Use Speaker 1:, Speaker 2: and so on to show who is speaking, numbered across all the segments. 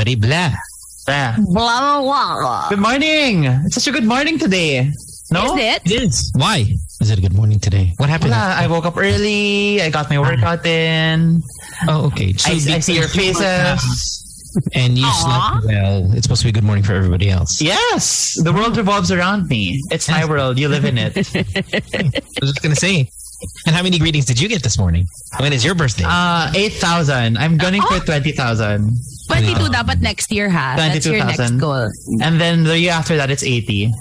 Speaker 1: Mary Bla. Bla.
Speaker 2: Blah, blah, blah.
Speaker 3: Good morning. It's such a good morning today. No?
Speaker 2: Is it?
Speaker 1: Yes. Why? Is it good morning today? What happened?
Speaker 3: Wala, I woke up early. I got my workout in.
Speaker 1: Oh, okay. So
Speaker 3: I, I
Speaker 1: because
Speaker 3: see your
Speaker 1: you worked
Speaker 3: faces.
Speaker 1: out And you
Speaker 2: Aw.
Speaker 1: slept well. It's supposed to be good morning for everybody else.
Speaker 3: Yes, the world revolves around me. It's my world. You live in it.
Speaker 1: I was just going to say. And how many greetings did you get this morning? When is your birthday?
Speaker 3: Uh, 8,000. I'm gunning
Speaker 2: Oh.
Speaker 3: for 20,000.
Speaker 2: 22 dapat next year ha. That's your next
Speaker 3: 22,000.
Speaker 2: goal.
Speaker 3: And then the year after that, it's 80.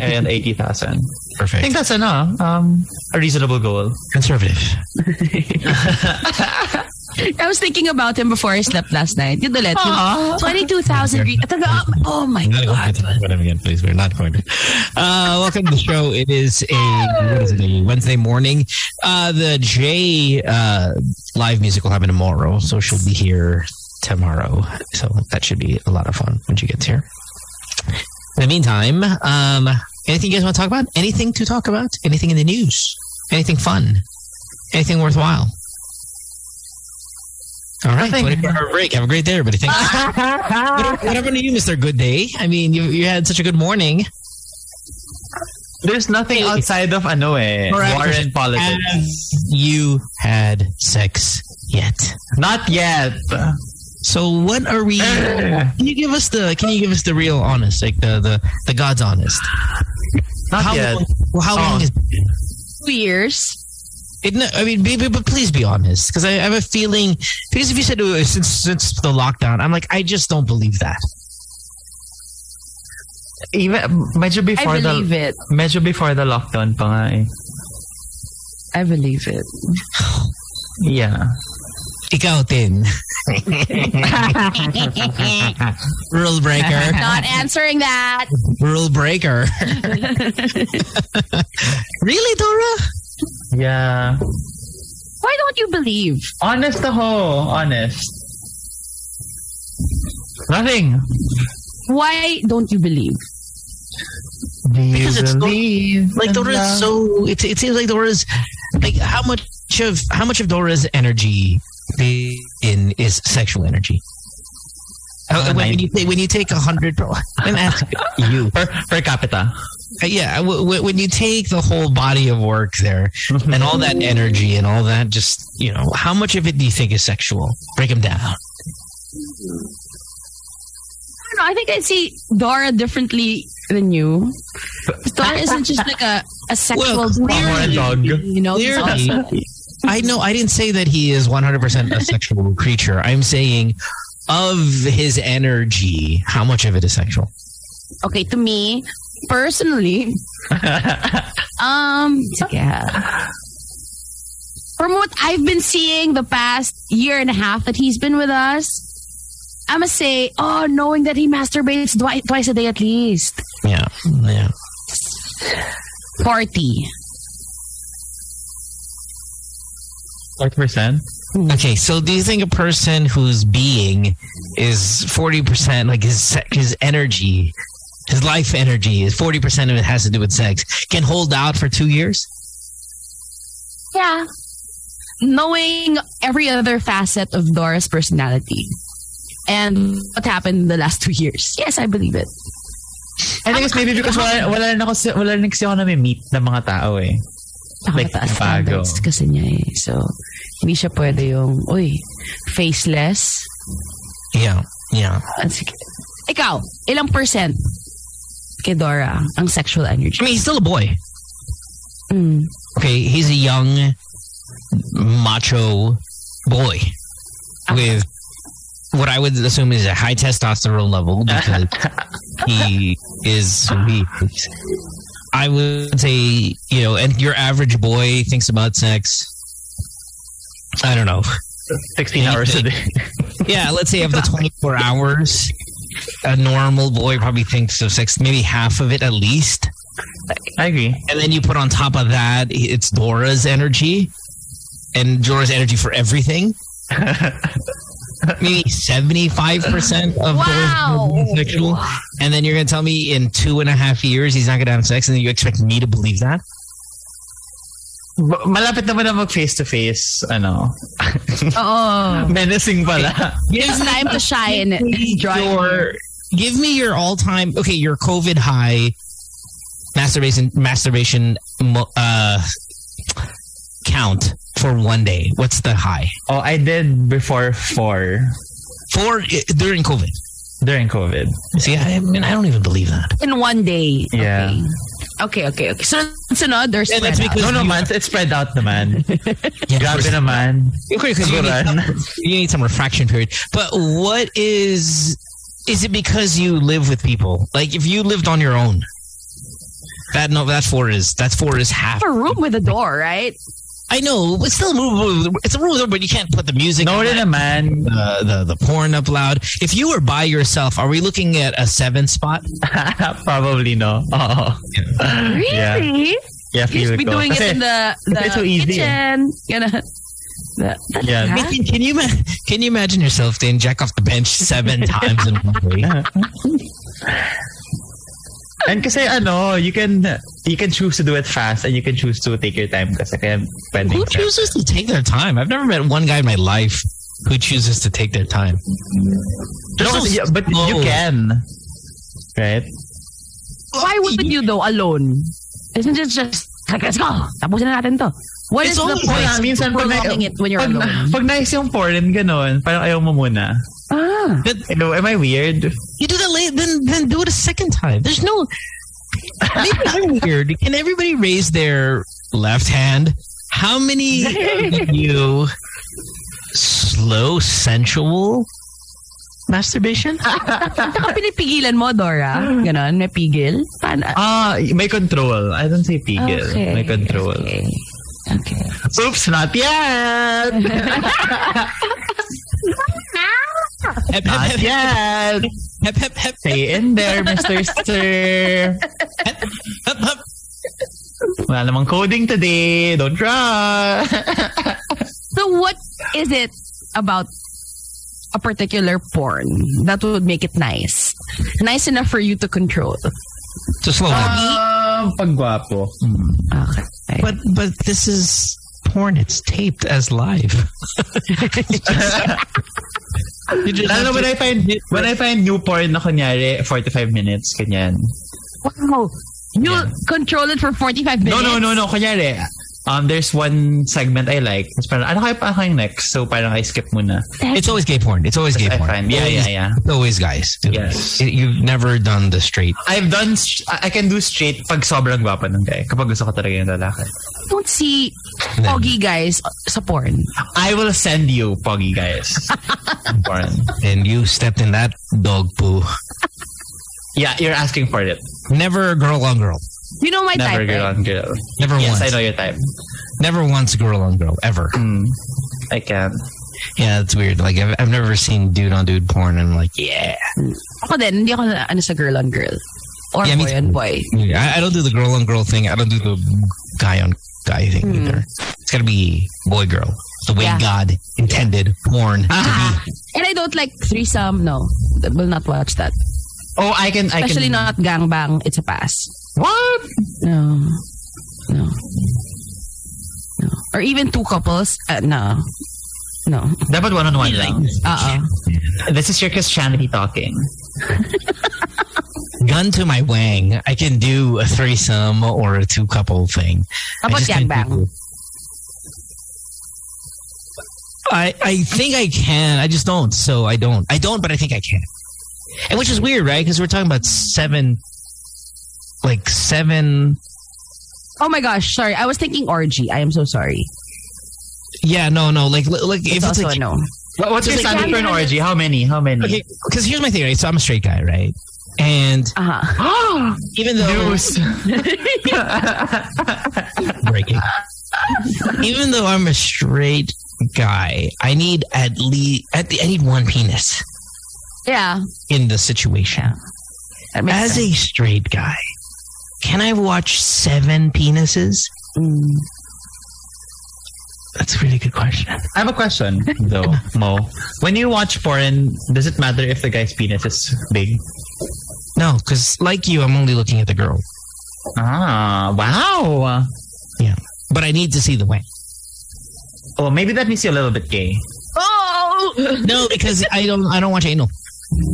Speaker 3: And 80,000. I think
Speaker 1: Perfect.
Speaker 3: that's ano, um, a reasonable goal.
Speaker 1: Conservative.
Speaker 2: I was thinking about him before I slept last night. Yun ulit.
Speaker 3: Aw.
Speaker 2: Yung 22,000 greet. At the- Oh my
Speaker 1: I'm not going
Speaker 2: God.
Speaker 1: to talk about him again, please. We're not going to. Uh, welcome to the show. It is a what is it? A Wednesday morning. Uh, the J uh, live music will happen tomorrow, so she'll be here tomorrow. So that should be a lot of fun when she gets here. In the meantime, um, anything you guys want to talk about? Anything to talk about? Anything in the news? Anything fun? Anything worthwhile? All right,
Speaker 3: Nothing.
Speaker 1: 24 hour break. Have a great day, everybody. Thanks. What, what happened to you, Mr. Good Day? I mean, you, you had such a good morning.
Speaker 3: There's nothing outside of ano eh,
Speaker 1: Correct.
Speaker 3: war and politics.
Speaker 1: Have you had sex yet?
Speaker 3: Not yet.
Speaker 1: So what are we? Can you give us the? Can you give us the real honest, like the the the God's honest?
Speaker 3: Not
Speaker 1: How
Speaker 3: yet.
Speaker 1: long, how long
Speaker 3: Oh.
Speaker 1: is
Speaker 2: Two years.
Speaker 1: it? no, I mean, be, be- but please be honest, because I, have a feeling. Because if you said uh, since since the lockdown, I'm like, I just don't believe that.
Speaker 3: Even medyo
Speaker 2: I
Speaker 3: before the
Speaker 2: believe it.
Speaker 3: medyo before the lockdown pa nga eh.
Speaker 2: I believe it.
Speaker 3: Yeah.
Speaker 1: Ikaw din. Rule breaker.
Speaker 2: Not answering that.
Speaker 1: Rule breaker. really, Dora?
Speaker 3: Yeah.
Speaker 2: Why don't you believe?
Speaker 3: Honest ako. Honest. Nothing.
Speaker 2: Why don't you believe?
Speaker 3: Do you
Speaker 1: Because it's so-
Speaker 3: believe
Speaker 1: Like
Speaker 3: in
Speaker 1: Dora is
Speaker 3: love?
Speaker 1: so. It, it seems like Dora's like how much of how much of Dora's energy in is sexual energy. How-
Speaker 3: Uh,
Speaker 1: when,
Speaker 3: nine-
Speaker 1: you take when you take a hundred, I'm asking you.
Speaker 3: per, per capita.
Speaker 1: Uh, Yeah, w- w- when you take the whole body of work there and all that energy and all that, just you know, how much of it do you think is sexual? Break them down.
Speaker 2: I don't know. I think I see Dora differently than you. Dora isn't just like a, a sexual
Speaker 1: Well,
Speaker 3: Or a
Speaker 2: being,
Speaker 3: dog.
Speaker 2: You know, She's
Speaker 1: Clearly,
Speaker 2: also-
Speaker 1: I know I didn't say that he is 100% a sexual creature. I'm saying of his energy, how much of it is sexual?
Speaker 2: okay, to me, personally, um, yeah. From what I've been seeing the past year and a half that he's been with us, I must say, oh, knowing that he masturbates twi- twice a day at least.
Speaker 1: Yeah. Yeah.
Speaker 2: 40.
Speaker 3: Five percent.
Speaker 1: Okay, so do you think a person whose being is 40% like his se- his energy, his life energy is 40% of it has to do with sex, can hold out for 2 years?
Speaker 2: Yeah. Knowing every other facet of Dora's personality and what happened in the last two years. Yes, I believe it.
Speaker 3: I think it's maybe because wala, wala na kasi, wala na kasi ako nami-meet ng mga tao eh. Like,
Speaker 2: Nakakataas
Speaker 3: bago.
Speaker 2: standards kasi niya eh. So, hindi siya pwede yung, uy, faceless.
Speaker 1: Yeah. Yeah.
Speaker 2: Ah, sige. Ikaw, ilang percent kay Dora ang sexual
Speaker 1: I
Speaker 2: energy?
Speaker 1: mean, he's still a boy.
Speaker 2: Mm.
Speaker 1: Okay, he's a young macho boy with what I would assume is a high testosterone level because he is who he is. I would say, you know, and your average boy thinks about sex. I don't know.
Speaker 3: 16 hours
Speaker 1: eh.
Speaker 3: a day.
Speaker 1: Yeah, let's say of the 24 hours, a normal boy probably thinks of sex maybe half of it at least.
Speaker 3: I agree.
Speaker 1: And then you put on top of that, it's Dora's energy and Dora's energy for everything. Maybe 75% of
Speaker 2: Wow.
Speaker 1: Dora's energy is sexual. And then you're going to tell me in two and a half years he's not going to have sex and then you expect me to believe that?
Speaker 3: ba- malapit naman na mag face-to-face, ano,
Speaker 2: Oo.
Speaker 3: menacing pala.
Speaker 2: It's time to shine.
Speaker 1: your give me your all time okay your COVID high masturbation masturbation mo- uh, count for one day. What's the high
Speaker 3: Oh, I did before four
Speaker 1: for uh, during COVID?
Speaker 3: during COVID.
Speaker 1: See, I, I mean, I don't even believe that.
Speaker 2: In one day.
Speaker 3: Yeah.
Speaker 2: Okay, okay, okay. okay. So, sunod, there's
Speaker 1: Yeah, that's
Speaker 2: spread out.
Speaker 1: because-
Speaker 3: No, no, man. It's spread out naman.
Speaker 1: Yeah,
Speaker 3: Grabe
Speaker 1: for-
Speaker 3: naman.
Speaker 1: Okay, 'cause you, need
Speaker 3: Siguran.
Speaker 1: some- you need some refraction period. But what is is it because you live with people? Like if you lived on your own, that no, that four is that four is half.
Speaker 2: a room with a door, right?
Speaker 1: I know, but still, move- it's a rule, but you can't put the music.
Speaker 3: No
Speaker 1: on
Speaker 3: rin
Speaker 1: it,
Speaker 3: naman.
Speaker 1: the, the the porn up loud. If you were by yourself, are we looking at a seven spot?
Speaker 3: Probably no. Oo. Yeah.
Speaker 2: Really?
Speaker 3: Yeah,
Speaker 2: You
Speaker 3: feel
Speaker 2: should be
Speaker 3: ko.
Speaker 2: doing it
Speaker 3: Kasi,
Speaker 2: in the, the
Speaker 3: it's so easy,
Speaker 2: kitchen. You know, the,
Speaker 3: Yeah.
Speaker 2: Huh?
Speaker 1: Can, can you ma- can you imagine yourself, Dan, jack off the bench seven times in one day?
Speaker 3: And kasi ano, you can you can choose to do it fast and you can choose to take your time kasi kaya pwede.
Speaker 1: Who chooses to take their time? I've never met one guy in my life who chooses to take their time.
Speaker 3: No, kasi- yeah, but you
Speaker 1: slow.
Speaker 3: can. Right?
Speaker 2: Why would you though alone? Isn't it just like let's go? Tapusin na natin to. What is
Speaker 1: It's
Speaker 2: the
Speaker 1: only
Speaker 2: point
Speaker 3: Wala, minsan
Speaker 2: of
Speaker 3: pag na-
Speaker 2: prolonging it when you're
Speaker 3: pag,
Speaker 2: alone?
Speaker 3: pag nice yung porn, ganun, parang ayaw mo muna.
Speaker 2: Ah,
Speaker 3: Hello, am I weird?
Speaker 1: You do that late, then then do it a second time. There's no. Maybe I'm weird. Can everybody raise their left hand? How many of you slow sensual masturbation?
Speaker 2: saka pinipigilan mo, Dora. Ganon, may pigil. Paano?
Speaker 3: Ah, may control. I don't say pigil.
Speaker 2: Okay.
Speaker 3: May control.
Speaker 2: Okay. okay.
Speaker 3: Oops, not yet!
Speaker 1: Hep,
Speaker 3: not
Speaker 1: hep,
Speaker 3: yet!
Speaker 1: hep, hep, hep, hep,
Speaker 3: Stay in there, Mr. Sir.
Speaker 1: hep, hep.
Speaker 3: Wala namang coding today. Don't try.
Speaker 2: So what is it about a particular porn that would make it nice? Nice enough for you to control.
Speaker 1: So slow.
Speaker 3: Um, pagwapo.
Speaker 2: Okay.
Speaker 1: Uh, but but this is porn. It's taped as live. you just
Speaker 3: Lalo
Speaker 1: have
Speaker 3: when I find when I find new porn na kunyari 45 minutes kanyan.
Speaker 2: Wow. You
Speaker 3: Yeah.
Speaker 2: control it for 45 minutes?
Speaker 3: No no no no kunyari um there's one segment I like. Tapos parang ano kaya pa kayong next? So parang I skip muna.
Speaker 1: to- it's always gay porn. It's always gay
Speaker 3: I
Speaker 1: porn.
Speaker 3: find yeah yeah yeah.
Speaker 1: It's always guys. Dude.
Speaker 3: Yes.
Speaker 1: It- you've never done the straight.
Speaker 3: I've done sh- I I can do straight pag sobrang gwapo ng guy. Kapag gusto ko talaga yung lalaki.
Speaker 2: don't see pogi guys sa porn.
Speaker 3: I will send you pogi guys. porn.
Speaker 1: And you stepped in that dog poo.
Speaker 3: Yeah, you're asking for it.
Speaker 1: Never girl on girl.
Speaker 2: You know my
Speaker 3: Never
Speaker 2: type,
Speaker 3: girl
Speaker 2: right?
Speaker 3: on girl.
Speaker 1: Never
Speaker 3: Yes,
Speaker 1: once.
Speaker 3: I know your type.
Speaker 1: Never once girl on girl ever.
Speaker 2: Hmm.
Speaker 3: Mm, I can.
Speaker 1: Yeah, it's weird. Like I've, I've never seen dude on dude porn. And I'm like, yeah.
Speaker 2: Ako din, hindi ako na, ano sa girl on girl. Or
Speaker 1: Yeah, me
Speaker 2: boy
Speaker 1: too.
Speaker 2: on boy.
Speaker 1: I, I don't do the girl on girl thing. I don't do the guy on guy thing
Speaker 2: Hmm.
Speaker 1: either. It's gotta be boy girl. The way
Speaker 2: Yeah.
Speaker 1: God intended porn to be.
Speaker 2: And I don't like threesome, no. I will not watch that.
Speaker 3: Oh, I can I
Speaker 2: Especially
Speaker 3: can
Speaker 2: not gangbang, it's a pass.
Speaker 3: What?
Speaker 2: No. No. No. Or even two couples, uh, no. No.
Speaker 3: Dapat one on one lang.
Speaker 2: Uh-uh.
Speaker 3: This is your Christianity talking.
Speaker 1: Gun to my wang. I can do a threesome or a two couple thing.
Speaker 2: How
Speaker 1: I
Speaker 2: about
Speaker 1: just can't
Speaker 2: gangbang?
Speaker 1: do- I, I think I can. I just don't. So I don't. I don't, but I think I can. And which is weird, right? Because we're talking about seven, like seven.
Speaker 2: Oh my gosh, sorry. I was thinking orgy. I am so sorry.
Speaker 1: Yeah, no, no. Like, li- like
Speaker 2: It's
Speaker 1: if it's
Speaker 2: also
Speaker 1: like,
Speaker 2: a no.
Speaker 3: What, what's your
Speaker 2: Just like-
Speaker 3: standard for an orgy? How many? How many?
Speaker 1: okay. Because here's my theory. So I'm a straight guy, right? And
Speaker 2: Uh-huh.
Speaker 1: even though
Speaker 3: News.
Speaker 1: breaking. Even though I'm a straight guy, I need at least at the, I need one penis
Speaker 2: Yeah.
Speaker 1: in the situation.
Speaker 2: That makes
Speaker 1: As
Speaker 2: sense.
Speaker 1: a straight guy, can I watch seven penises?
Speaker 2: Mm.
Speaker 1: That's a really good question.
Speaker 3: I have a question though, Mo. When you watch porn, does it matter if the guy's penis is big?
Speaker 1: No, because like you, I'm only looking at the girl.
Speaker 3: Ah, wow.
Speaker 1: Yeah. but I need to see the wang.
Speaker 3: Oh, maybe that makes you a little bit gay.
Speaker 2: Oh!
Speaker 1: No, because I don't. I don't watch anal.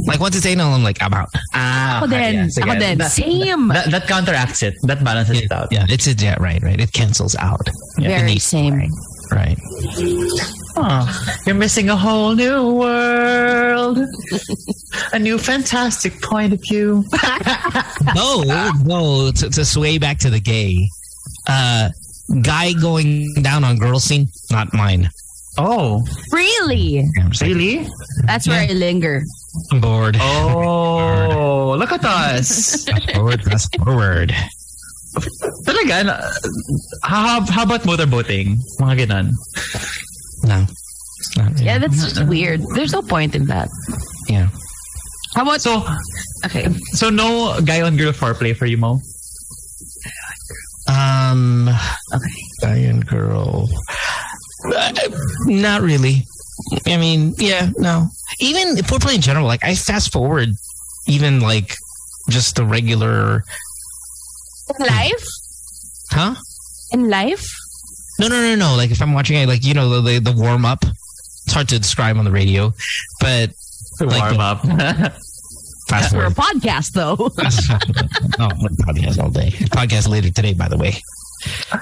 Speaker 1: Like once it's anal, I'm like I'm out.
Speaker 3: Ah,
Speaker 2: Ako
Speaker 3: okay,
Speaker 2: din.
Speaker 3: yeah, sige.
Speaker 2: Ako din.
Speaker 3: That,
Speaker 2: Same.
Speaker 3: that, that counteracts it. That balances it out.
Speaker 1: Yeah, it's a yeah, right, right. It cancels out.
Speaker 3: Yeah.
Speaker 2: Very same.
Speaker 1: Right.
Speaker 3: Huh. Ah, You're missing a whole new world. a new fantastic point of view.
Speaker 1: No, no. To, to sway back to the gay, uh, guy going down on girl scene, not mine.
Speaker 3: Oh,
Speaker 2: Really?
Speaker 1: Yeah, I'm just like,
Speaker 3: really?
Speaker 2: That's where I linger.
Speaker 1: I'm bored.
Speaker 3: Oh, look at us.
Speaker 1: Fast forward, fast forward.
Speaker 3: Talaga, na, how, how about motorboating? Mga ganon.
Speaker 1: No. Not,
Speaker 2: Yeah, that's
Speaker 3: Uh-uh.
Speaker 2: just weird. There's no point in that.
Speaker 1: yeah.
Speaker 2: How about
Speaker 3: So,
Speaker 2: okay?
Speaker 3: so no guy on girl foreplay for you, Mo?
Speaker 1: Um, guy and girl. Uh, not really. I mean, yeah, no. Even foreplay in general, like I fast forward, even like just the regular,
Speaker 2: In life?
Speaker 1: huh?
Speaker 2: In life?
Speaker 1: No, no, no, no. Like if I'm watching it, like you know the the, the warm up. It's hard to describe on the radio, but Like
Speaker 3: Warm up.
Speaker 1: fast
Speaker 2: We're a
Speaker 1: forward.
Speaker 2: podcast, though.
Speaker 1: oh, podcast all day. Podcast later today, by the way.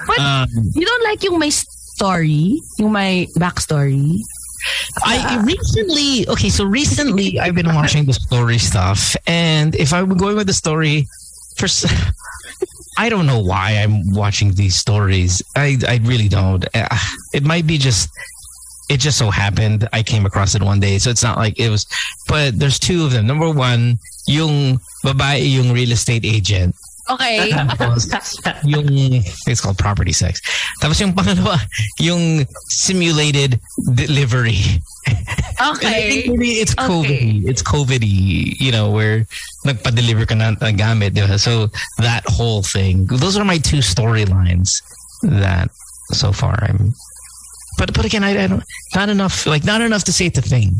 Speaker 2: What?
Speaker 1: Um,
Speaker 2: You don't like yung may story? Yung may backstory?
Speaker 1: I recently okay, so recently I've been watching the story stuff, and if I'm going with the story, first I don't know why I'm watching these stories. I I really don't. Uh, It might be just it just so happened I came across it one day, so it's not like it was. But there's two of them. Number one, yung babae yung real estate agent.
Speaker 2: Okay.
Speaker 1: Tapos, yung it's called property sex. Tapos yung pangalawa, yung simulated delivery. And I think
Speaker 2: Okay.
Speaker 1: maybe it's
Speaker 2: Okay.
Speaker 1: COVID. It's COVID, you know, where nagpa-deliver ka na ng gamit, di ba? So that whole thing. Those are my two storylines that so far I'm but but again I, I don't not enough like not enough to say it's a thing.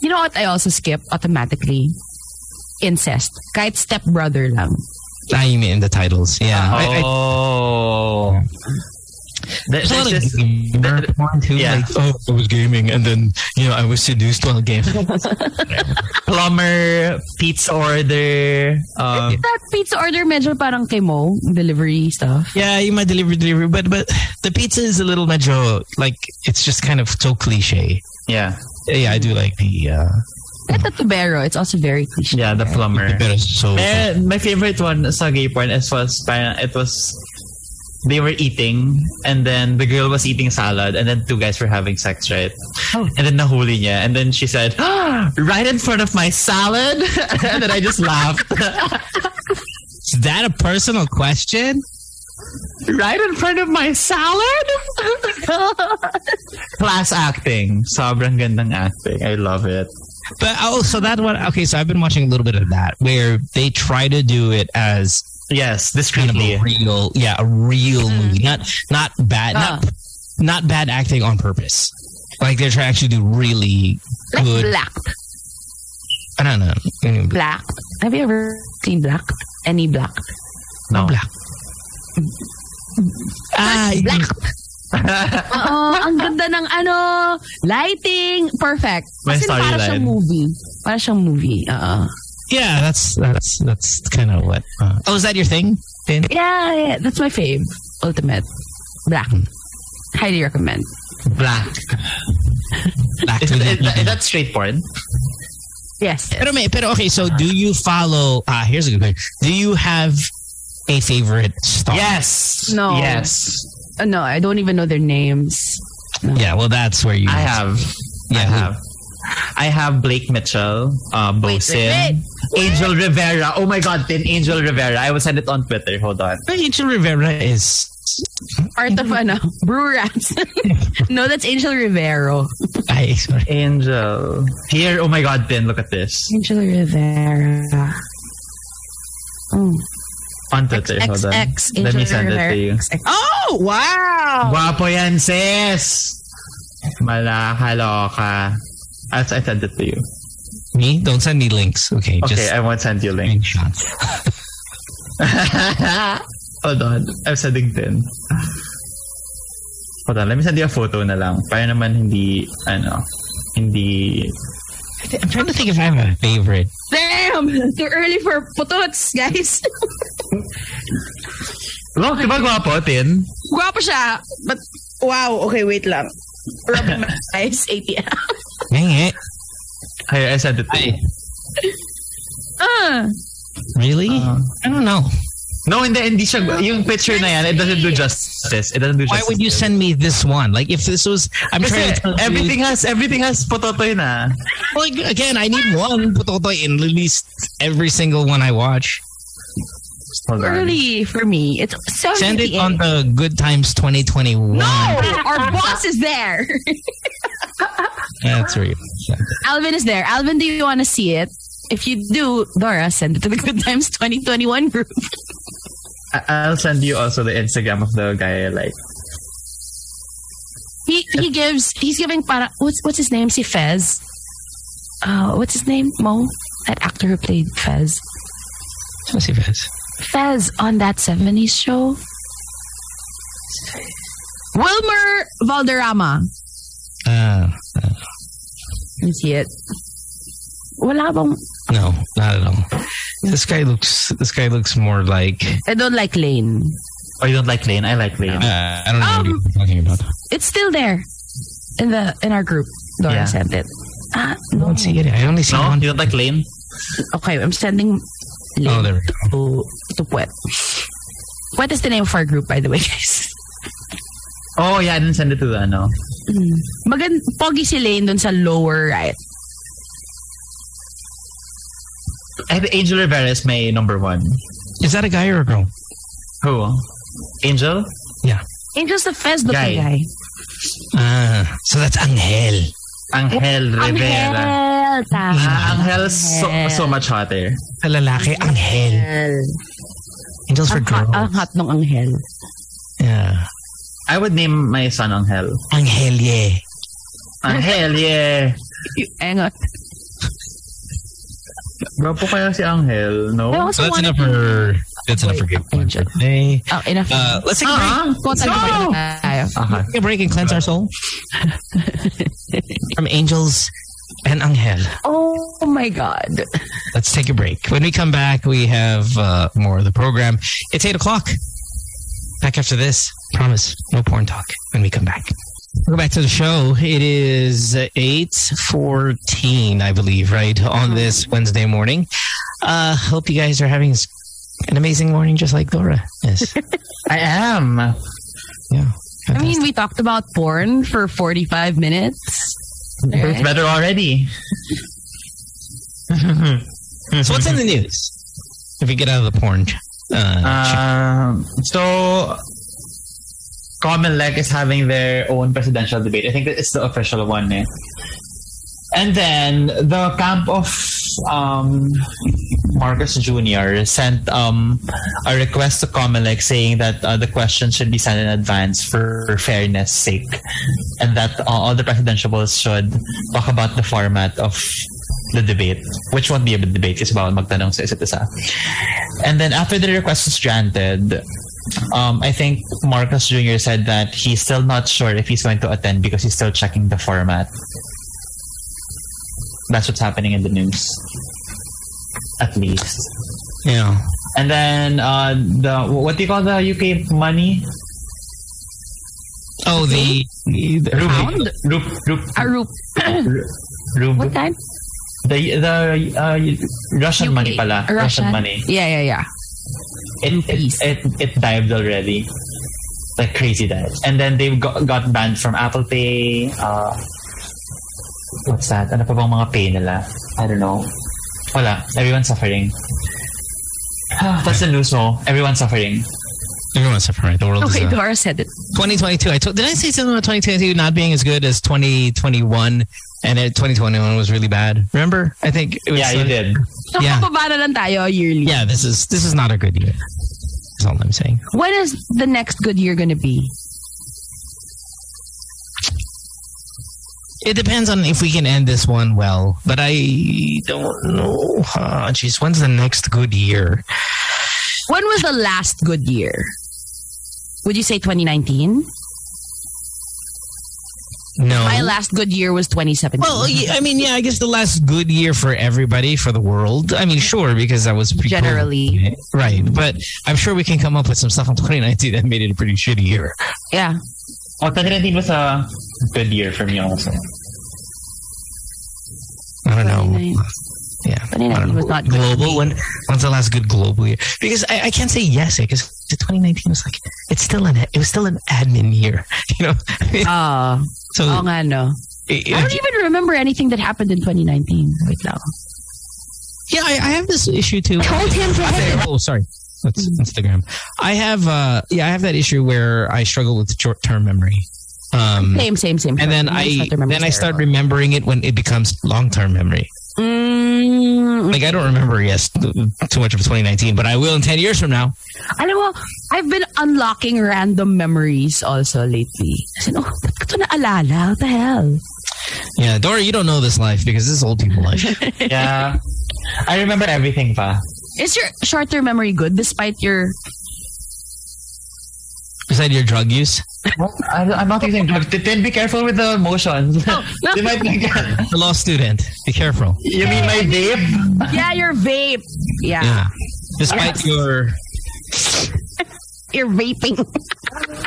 Speaker 2: You know what I also skip automatically? Incest. Kahit stepbrother lang.
Speaker 1: I mean in the titles. Yeah. I- I-
Speaker 3: oh. There-
Speaker 1: There's a lot
Speaker 3: There's
Speaker 1: of
Speaker 3: just,
Speaker 1: gamer porn, too,
Speaker 3: Yeah.
Speaker 1: like, oh, I was gaming and then, you know, I was seduced while gaming.
Speaker 3: plumber, pizza order. Um,
Speaker 2: That pizza order medyo parang kay Mo, delivery stuff.
Speaker 1: yeah, you might deliver, delivery, but but the pizza is a little medyo, like, it's just kind of so cliche.
Speaker 3: yeah,
Speaker 1: Yeah, I do like the, uh,
Speaker 2: At the Tubero, it's also very cliche.
Speaker 3: yeah, the
Speaker 1: the
Speaker 3: plumber.
Speaker 1: better so.
Speaker 3: Eh, my favorite one sa gay porn is was parang- it was they were eating and then the girl was eating salad and then two guys were having sex right and then nahuli niya and then she said "Ah, right in front of my salad and then I just laughed
Speaker 1: Is that a personal question?
Speaker 3: right in front of my salad class acting sobrang gandang acting I love it
Speaker 1: But, oh, so that one, okay, so I've been watching a little bit of that where they try to do it as
Speaker 3: yes
Speaker 1: kind of
Speaker 3: discreetly
Speaker 1: a real, yeah, a real
Speaker 3: Hmm.
Speaker 1: movie. Not, not bad,
Speaker 2: Ah.
Speaker 1: not, not bad acting on purpose. Like they're trying to actually do really
Speaker 2: Like
Speaker 1: good.
Speaker 2: black.
Speaker 1: I don't know. Mm,
Speaker 2: Black. Have you ever seen black? Any black?
Speaker 3: no
Speaker 1: Black. Ah,
Speaker 2: Black. Oo, ang ganda ng ano, lighting, perfect.
Speaker 3: May
Speaker 2: Kasi para
Speaker 3: storyline.
Speaker 2: siyang movie. Para siyang movie. Uh-uh. Oo.
Speaker 1: yeah, that's that's that's kind of what. Uh, oh, is that your thing? Finn?
Speaker 2: Yeah, yeah, that's my fave. Ultimate. Black. Highly recommend.
Speaker 3: black
Speaker 1: Black
Speaker 3: is,
Speaker 1: to the
Speaker 3: is, that- is that straight porn
Speaker 2: Yes.
Speaker 1: Pero may, pero okay, so do you follow? Ah, here's a good question. Do you have a favorite star?
Speaker 3: yes
Speaker 2: No.
Speaker 3: yes
Speaker 2: Oh, no, I don't even know their names.
Speaker 1: Yeah. Well, that's where you.
Speaker 3: I have.
Speaker 1: Yeah,
Speaker 3: I
Speaker 1: who?
Speaker 3: have. I have Blake Mitchell, uh,
Speaker 2: Wait,
Speaker 3: Bosin,
Speaker 2: wait,
Speaker 3: Angel Rivera. Oh my God, then Angel Rivera. I will send it on Twitter. Hold on.
Speaker 1: Rachel Rivera is.
Speaker 2: wait. Part of ano, Brew Rats. no, that's Angel Rivero.
Speaker 1: I sorry.
Speaker 3: Angel. Here, oh my God, then look at this
Speaker 2: Angel Rivera. Mm.
Speaker 3: on Twitter. Hold on.
Speaker 2: XX Angel
Speaker 3: Let me send it
Speaker 2: Rivera.
Speaker 3: to you.
Speaker 2: XX. Oh, wow!
Speaker 3: Guapo yan, sis. Malakaloka. I, I sent it to you.
Speaker 1: Me? Don't send me links. Okay.
Speaker 3: Okay,
Speaker 1: Just
Speaker 3: I won't send you link.
Speaker 1: screenshots.
Speaker 3: Hold on. I'm sending din. Hold on, let me send you a photo na lang. Para naman hindi, ano, hindi...
Speaker 1: I thi- I'm trying to think if I have a favorite.
Speaker 2: Damn! Too early for putots, guys.
Speaker 3: Look, di ba gwapo, Tin?
Speaker 2: Guwapo siya. But, wow. Okay, wait lang. Rubbing my eyes, ATM.
Speaker 1: Dang it.
Speaker 3: Here, I sent it to you.
Speaker 2: Ah.
Speaker 1: Really?
Speaker 3: Uh,
Speaker 1: I don't know.
Speaker 3: no, hindi, hindi siya. Yung picture na yan, it doesn't do justice. It doesn't do
Speaker 1: Why
Speaker 3: justice.
Speaker 1: would you send me this one? Like, if this was, I'm
Speaker 3: Kasi
Speaker 1: trying to tell
Speaker 3: everything has, everything has pototoy na.
Speaker 1: You, like, again, I need one putotoy in at least every single one I watch.
Speaker 3: Hold on.
Speaker 2: Early for me. It's 7
Speaker 1: Send it
Speaker 2: p.m.
Speaker 1: on the Good Times 2021.
Speaker 2: No! Our boss is there.
Speaker 1: That's real.
Speaker 2: Alvin is there. Alvin, do you want to see it? If you do, Dora, send it to the Good Times 2021 group.
Speaker 3: I- I'll send you also the Instagram of the guy I like.
Speaker 2: He he gives he's giving para what's what's his name? Si Fez. Uh, what's his name? Mo, that actor who played Fez.
Speaker 1: Let's see if it's.
Speaker 2: Fez on that '70s show. Wilmer Valderrama.
Speaker 1: Uh,
Speaker 2: You see it? Wala bang,
Speaker 1: no, not at all. This guy looks. This guy looks more like.
Speaker 2: I don't like Lane.
Speaker 3: Oh, you don't like Lane? I like Lane.
Speaker 1: Uh, I don't know
Speaker 2: Um,
Speaker 1: what you're talking about.
Speaker 2: It's still there in the in our group. Dora
Speaker 3: Yeah.
Speaker 2: sent it. Ah,
Speaker 1: I
Speaker 2: no.
Speaker 1: don't see it. I only see
Speaker 3: No,
Speaker 1: one.
Speaker 3: you don't like Lane?
Speaker 2: Okay, I'm sending Lane.
Speaker 1: Oh, there we go.
Speaker 2: to, to Puwet. Puwet is the name of our group, by the way, guys.
Speaker 3: Oh, yeah, I didn't send it to the ano.
Speaker 1: Mm.
Speaker 2: Magand pogi si Lane dun sa lower right.
Speaker 3: I think Eh, Angel Rivera is my number one.
Speaker 1: Is that a guy or a girl?
Speaker 3: Who? Angel?
Speaker 2: Angel's the Fez looking guy.
Speaker 3: Guy.
Speaker 1: Uh, so that's Angel.
Speaker 3: Angel Rivera.
Speaker 2: Angel! Tama.
Speaker 3: Ah, Angel's so, so much hotter.
Speaker 1: Sa lalaki, Angel.
Speaker 2: Angel.
Speaker 1: Angels for
Speaker 2: Ang hot,
Speaker 1: girls.
Speaker 2: ang hot nung Angel.
Speaker 1: Yeah.
Speaker 3: I would name my son Angel.
Speaker 1: Angel, yeah.
Speaker 3: Angel, yeah!
Speaker 2: Hang on.
Speaker 3: Gwapo kaya si Angel,
Speaker 2: I
Speaker 3: no?
Speaker 2: also
Speaker 1: Oh, that's enough
Speaker 2: wanted
Speaker 1: for that's enough for
Speaker 2: Wait, Uh-huh.
Speaker 1: good one for
Speaker 2: Angel.
Speaker 1: today.
Speaker 2: to- Oh, enough. Oh!
Speaker 1: Uh, let's take a break.
Speaker 3: Ah,
Speaker 2: Kung saan
Speaker 3: no!
Speaker 2: ba tayo?
Speaker 3: Uh-huh.
Speaker 1: Take a break and cleanse our soul from angels and Angel.
Speaker 2: Oh my God.
Speaker 1: Let's take a break. When we come back, we have uh, more of the program. It's eight o'clock. Back after this, promise, no porn talk. When we come back, welcome back to the show. It is eight fourteen, I believe, right
Speaker 2: Mm-hmm.
Speaker 1: on this Wednesday morning. Uh, hope you guys are having s- an amazing morning, just like Dora. Yes,
Speaker 3: I am.
Speaker 1: yeah.
Speaker 2: I mean, we talked about porn for 45 minutes.
Speaker 3: It's better already.
Speaker 1: so what's in the news? If we get out of the porn, uh,
Speaker 3: Um, so Comelec is having their own presidential debate. I think that it's the official one. eh. And then the camp of um, Marcos Jr. sent um, a request to Comelec saying that uh, the question should be sent in advance for fairness sake, and that uh, all the presidentiables should talk about the format of the debate, which won't be a debate, it's about magtanong sa isa't isa. And then after the request was granted, um, I think Marcos Jr. said that he's still not sure if he's going to attend because he's still checking the format. That's what's happening in the news, at least.
Speaker 1: yeah.
Speaker 3: And then uh, the what do you call the UK money?
Speaker 1: Oh, the, the
Speaker 3: Rupee. Rup, rup,
Speaker 2: Arup.
Speaker 3: rub-
Speaker 2: Uh, What time?
Speaker 3: The the uh, Russian
Speaker 2: UK.
Speaker 3: money, pala. Russian, money.
Speaker 2: Yeah, yeah, yeah.
Speaker 3: it, it,
Speaker 2: Rupees.
Speaker 3: it, it dived already. Like crazy dive. And then they got, got banned from Apple Pay. Uh, what's that? Ano pa bang mga pay nila? I don't know. Wala. Everyone's suffering. That's the news mo. Everyone's suffering.
Speaker 1: Everyone's suffering. The world is.
Speaker 2: Okay,
Speaker 1: Uh,
Speaker 2: Dora said it.
Speaker 1: 2022. I told, did I say something about 2022 not being as good as 2021? And it, 2021 was really bad. Remember? I think. It was,
Speaker 3: Yeah, you did.
Speaker 2: So,
Speaker 1: Yeah.
Speaker 2: pababa na lang tayo yearly.
Speaker 1: Yeah, this is this is not a good year. That's all I'm saying.
Speaker 2: When is the next good year going to be?
Speaker 1: It depends on if we can end this one well, but I don't know. Uh, geez, when's the next good year?
Speaker 2: When was the last good year? Would you say 2019?
Speaker 1: No.
Speaker 2: My last good year was 2017.
Speaker 1: Well, y- I mean, yeah, I guess the last good year for everybody for the world. I mean, sure, because that was pre
Speaker 2: Generally.
Speaker 1: right? But I'm sure we can come up with some stuff in 2019 that made it a pretty shitty year.
Speaker 2: yeah.
Speaker 3: Oh, 2019 was a good year for me also.
Speaker 1: I don't know.
Speaker 2: 29.
Speaker 1: Yeah, I
Speaker 2: 2019
Speaker 1: don't know.
Speaker 2: was not good.
Speaker 1: global. When when's the last good global year? Because I, I can't say yes eh, because 2019 was like it's still an it was still an admin year, you know.
Speaker 2: Ah,
Speaker 1: So eh,
Speaker 2: oo nga no.
Speaker 1: it-
Speaker 2: I don't even remember anything that happened in 2019. Wait lang.
Speaker 1: yeah, I, I have this issue too.
Speaker 4: Told him to hit
Speaker 1: Oh, sorry. That's
Speaker 2: Mm.
Speaker 1: Instagram. I have uh yeah, I have that issue where I struggle with short term memory. Um
Speaker 2: Same, same, same.
Speaker 1: and then I then I start remembering it when it becomes long term memory.
Speaker 2: Mm,
Speaker 1: Like I don't remember yes th- too much of 2019, but I will in 10 years from now.
Speaker 2: alam mo, I've been unlocking random memories also lately. As in, oh, ba't ko to naalala? What the hell?
Speaker 1: Yeah, Dora, you don't know this life because this is old people life.
Speaker 3: Yeah. I remember everything pa.
Speaker 2: Is your short-term memory good despite your...
Speaker 1: Beside your drug use,
Speaker 3: I, I'm not using drugs. Then be careful with the motions.
Speaker 2: no.
Speaker 3: they might think,
Speaker 1: a law student. Be careful.
Speaker 3: you mean my vape?
Speaker 2: Yeah, your vape. Yeah,
Speaker 1: Yeah. Despite your
Speaker 2: you're vaping.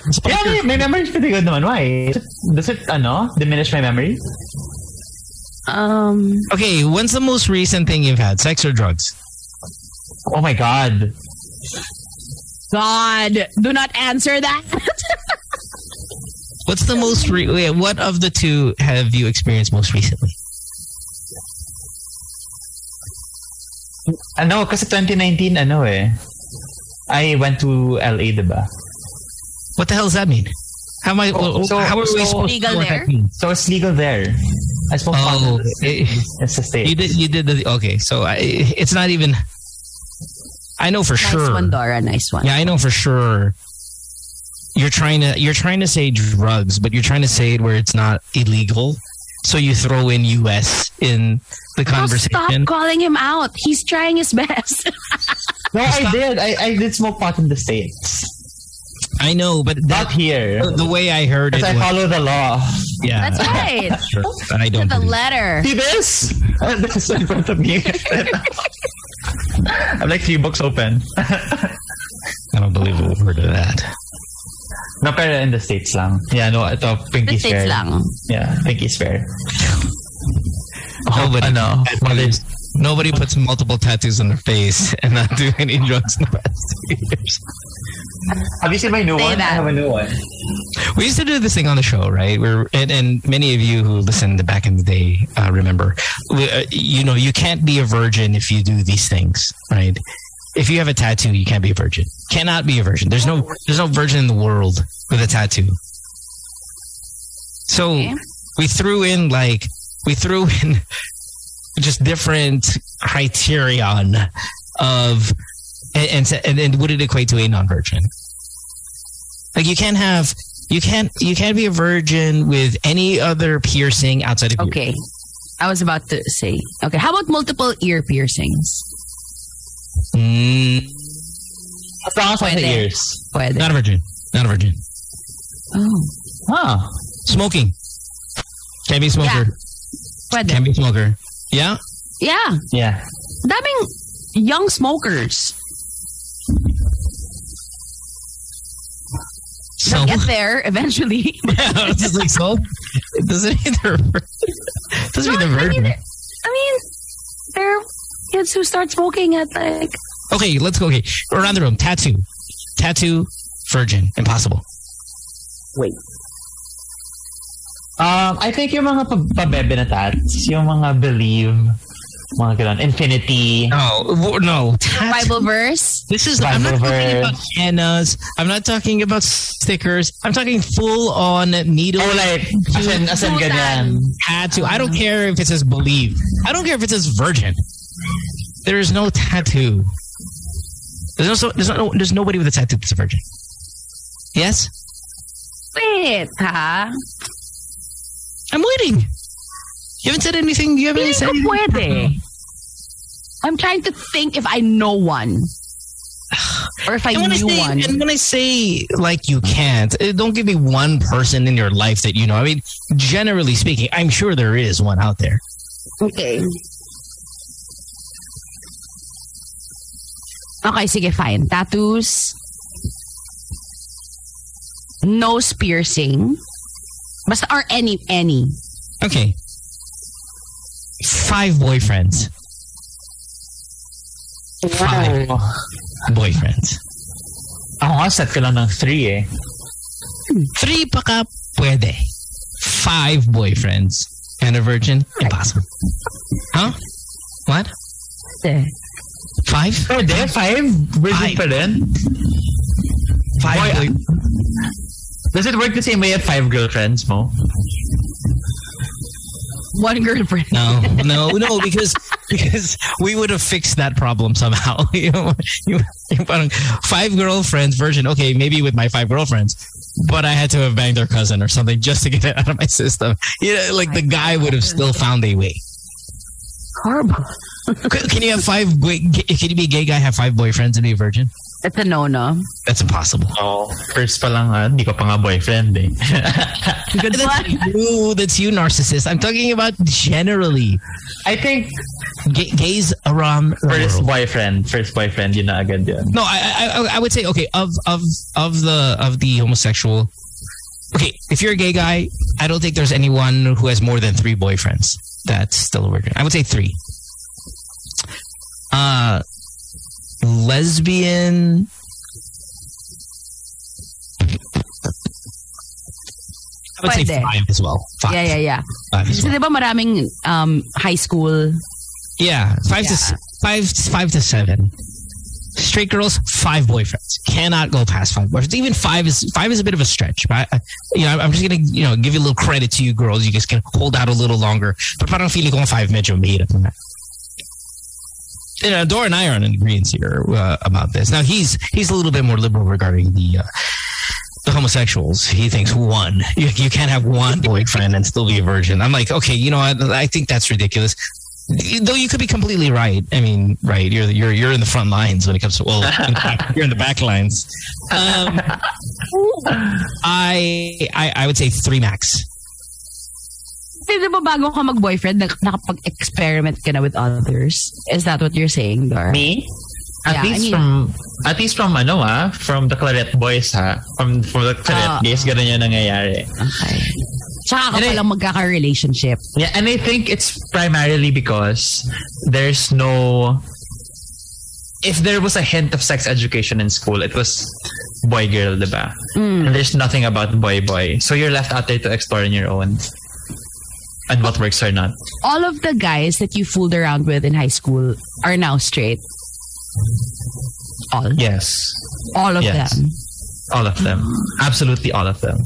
Speaker 1: despite
Speaker 3: Yeah,
Speaker 1: your-
Speaker 3: my, my memory is pretty good naman. Why? Does it, ano, diminish my memory?
Speaker 2: Um,
Speaker 1: Okay, when's the most recent thing you've had? Sex or drugs?
Speaker 3: Oh my god.
Speaker 2: God, do not answer that.
Speaker 1: What's the most re- wait, what of the two have you experienced most recently?
Speaker 3: Ano, Ah, kasi 2019, ano eh. I went to LA, diba?
Speaker 1: What the hell does that mean? How am I?
Speaker 3: Oh, so-
Speaker 1: how are we
Speaker 3: so-
Speaker 1: supposed
Speaker 2: Legal
Speaker 1: to know what
Speaker 2: there?
Speaker 1: that means?
Speaker 3: So it's legal there. I spoke
Speaker 1: Oh,
Speaker 3: oh, it's the state.
Speaker 1: You did. You did the. Okay, so I, it's not even. I know for
Speaker 2: nice
Speaker 1: sure.
Speaker 2: one, Dora. Nice one.
Speaker 1: Yeah, I know for sure. You're trying to. You're trying to say drugs, but you're trying to say it where it's not illegal. So you throw in U.S. in the
Speaker 2: Oh, stop
Speaker 1: conversation.
Speaker 2: calling him out. He's trying his best.
Speaker 3: No, I did. I, I did smoke pot in the states.
Speaker 1: I know, but
Speaker 3: Not
Speaker 1: that
Speaker 3: here.
Speaker 1: the way I heard it
Speaker 3: Because I
Speaker 1: was.
Speaker 3: follow the law.
Speaker 1: Yeah,
Speaker 2: That's right.
Speaker 1: sure. I don't.
Speaker 2: the
Speaker 1: believe it.
Speaker 2: letter.
Speaker 3: See this? That's in front of me. I'm like three books open.
Speaker 1: I don't believe a word of that.
Speaker 3: No, pero in the states lang. Yeah, no, ito,
Speaker 2: The
Speaker 3: pinky
Speaker 2: states
Speaker 3: swear.
Speaker 2: lang.
Speaker 3: Yeah, pinky swear.
Speaker 1: Nobody.
Speaker 3: Ano?
Speaker 1: Tattoos. Nobody puts multiple tattoos on their face and not do any drugs in the past two years.
Speaker 3: Have you seen my new
Speaker 2: Say
Speaker 3: one?
Speaker 2: that.
Speaker 3: I have a new one.
Speaker 1: We used to do this thing on the show, right? Where and, and many of you who listened back in the day uh, remember, we, uh, you know, you can't be a virgin if you do these things, right? If you have a tattoo, you can't be a virgin. Cannot be a virgin. There's no there's no virgin in the world with a tattoo. So
Speaker 2: Okay.
Speaker 1: we threw in like we threw in just different criterion of and and, sa- and, and would it equate to a non-virgin? Like you can't have you can't you can't be a virgin with any other piercing outside of your-
Speaker 2: Okay. I was about to say. Okay. How about multiple ear piercings?
Speaker 1: Mm,
Speaker 3: As long as
Speaker 2: Pwede.
Speaker 3: the ears.
Speaker 2: Pwede.
Speaker 1: not a virgin, not a virgin.
Speaker 2: Oh.
Speaker 3: Huh.
Speaker 1: Smoking can't be a smoker.
Speaker 2: Pwede.
Speaker 1: Can't be a smoker. Yeah,
Speaker 2: Yeah.
Speaker 3: Yeah.
Speaker 2: Daming young smokers.
Speaker 1: so
Speaker 2: Get there eventually.
Speaker 1: I was just like so. It doesn't mean they're it doesn't mean they're virgin.
Speaker 2: I mean, there are kids who start smoking at like
Speaker 1: Okay, let's go. Okay, around the room. Tattoo, tattoo, virgin, impossible.
Speaker 3: Um, I think yung mga pa- pabebe na tats, yung mga believe, mga ganun, infinity.
Speaker 1: No, w- no. Tattoo.
Speaker 2: Bible verse.
Speaker 1: This is. I'm not
Speaker 3: Bible
Speaker 1: talking about
Speaker 3: verse.
Speaker 1: hennas. I'm not talking about stickers. I'm talking full on needle
Speaker 3: Oh, like, as in, as in
Speaker 2: Sultan.
Speaker 3: ganyan.
Speaker 1: tattoo. I don't care if it says believe. I don't care if it says virgin. There is no tattoo. There's no. so- There's no. There's nobody with a tattoo that's a virgin. Yes,
Speaker 2: Wait, ha?
Speaker 1: I'm waiting. You haven't said anything. You haven't
Speaker 2: Feeling
Speaker 1: said
Speaker 2: ko
Speaker 1: anything.
Speaker 2: pwede. I'm trying to think if I know one. or if I
Speaker 1: And when I
Speaker 2: knew
Speaker 1: say,
Speaker 2: one.
Speaker 1: and when I say like you can't, eh, don't give me one person in your life that you know. I mean, generally speaking, I'm sure there is one out there.
Speaker 2: Okay. Okay, sige, fine. Tattoos. Nose piercing. Basta, or any, any.
Speaker 1: Okay. Five boyfriends. Five boyfriends.
Speaker 3: Ako nga, set ko lang ng three eh.
Speaker 1: Three pa ka pwede. Five boyfriends and a virgin? Impossible. Huh? What?
Speaker 2: Eh.
Speaker 1: Five?
Speaker 3: Pwede? Five? Virgin
Speaker 1: Five.
Speaker 3: pa rin?
Speaker 1: Five
Speaker 3: Boy,
Speaker 1: boy- uh,
Speaker 3: Does it work the same way at five girlfriends mo?
Speaker 2: One girlfriend.
Speaker 1: No, no, no, because because we would have fixed that problem somehow. you know, you, yung parang five girlfriends version. Okay, maybe with my five girlfriends, but I had to have banged their cousin or something just to get it out of my system. You know, like the guy would have still found a way.
Speaker 2: Horrible.
Speaker 1: Can, can you have five? gay- Can you be a gay guy have five boyfriends and be a virgin?
Speaker 2: That's a no-no.
Speaker 1: That's impossible.
Speaker 3: Oo. First pa lang ha, hindi ko pa nga boyfriend eh.
Speaker 2: Good
Speaker 1: That's
Speaker 2: one.
Speaker 1: you. That's you, narcissist. I'm talking about generally
Speaker 3: I think
Speaker 1: gay, gays around the
Speaker 3: first
Speaker 1: world.
Speaker 3: boyfriend, first boyfriend, yun na agad yun.
Speaker 1: No, I, I- I I would say okay of of of the of the homosexual. Okay, if you're a gay guy, I don't think there's anyone who has more than three boyfriends. That's still a virgin. I would say three. Uh, lesbian. I would say
Speaker 2: Pwede.
Speaker 1: five as well. Five.
Speaker 2: Yeah, yeah, yeah.
Speaker 1: Five as
Speaker 2: Kasi
Speaker 1: well.
Speaker 2: diba maraming um, high school.
Speaker 1: Yeah, five to s-
Speaker 2: Yeah.
Speaker 1: five five to seven. Straight girls, five boyfriends. Cannot go past five boyfriends. Even five is five is a bit of a stretch. But I, you know, I'm just gonna you know give you a little credit to you girls. You guys can hold out a little longer. But parang feeling ko ang five medyo mahirap na. You know, Dora and I are in agreement here uh, about this. Now he's he's a little bit more liberal regarding the. Uh, the homosexuals, he thinks one. You, you can't have one boyfriend and still be a virgin. I'm like, okay, you know, I, I think that's ridiculous though you could be completely right. I mean, right? You're you're you're in the front lines when it comes to well, in fact, you're in the back lines. Um, I, I I would say three max.
Speaker 2: Kasi diba bago ka mag-boyfriend, nak- nakapag-experiment ka na with others? Is that what you're saying, Dar?
Speaker 3: Me? At
Speaker 2: Yeah,
Speaker 3: least
Speaker 2: I mean-
Speaker 3: from at least from ano ah, from the Claret Boys ha. From from the Claret
Speaker 2: Ah.
Speaker 3: Boys, ganun yung nangyayari.
Speaker 2: Okay. Tsaka ka
Speaker 3: And I-
Speaker 2: palang magkaka-relationship.
Speaker 3: Yeah, and I think it's primarily because there's no if there was a hint of sex education in school, it was boy girl, diba?
Speaker 2: Hmm.
Speaker 3: And there's nothing about boy boy. So you're left out there to explore on your own. And what works or not.
Speaker 2: all of the guys that you fooled around with in high school are now straight. All.
Speaker 3: Yes.
Speaker 2: All of
Speaker 3: Yes.
Speaker 2: them.
Speaker 3: All of them. Absolutely all of them.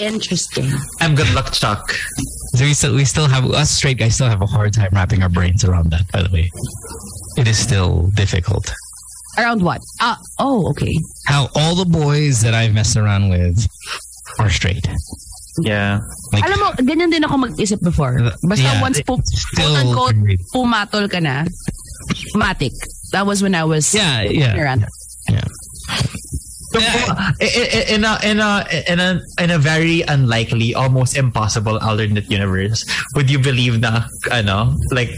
Speaker 2: Interesting.
Speaker 3: I'm good luck Chuck.
Speaker 1: So we still we still have us straight guys still have a hard time wrapping our brains around that. By the way, it is still difficult.
Speaker 2: Around what? Ah, oh, okay.
Speaker 1: How all the boys that I've messed around with are straight.
Speaker 3: Yeah.
Speaker 1: Like
Speaker 2: Alam mo, ganyan din ako mag-isip before. Basta
Speaker 1: Yeah,
Speaker 2: once po,
Speaker 1: still.
Speaker 2: quote-unquote, pumatol ka na, matik. That was when I was
Speaker 1: Yeah, yeah.
Speaker 2: ignorant.
Speaker 3: I- I- in a in a in a in a very unlikely, almost impossible alternate universe, would you believe na ano like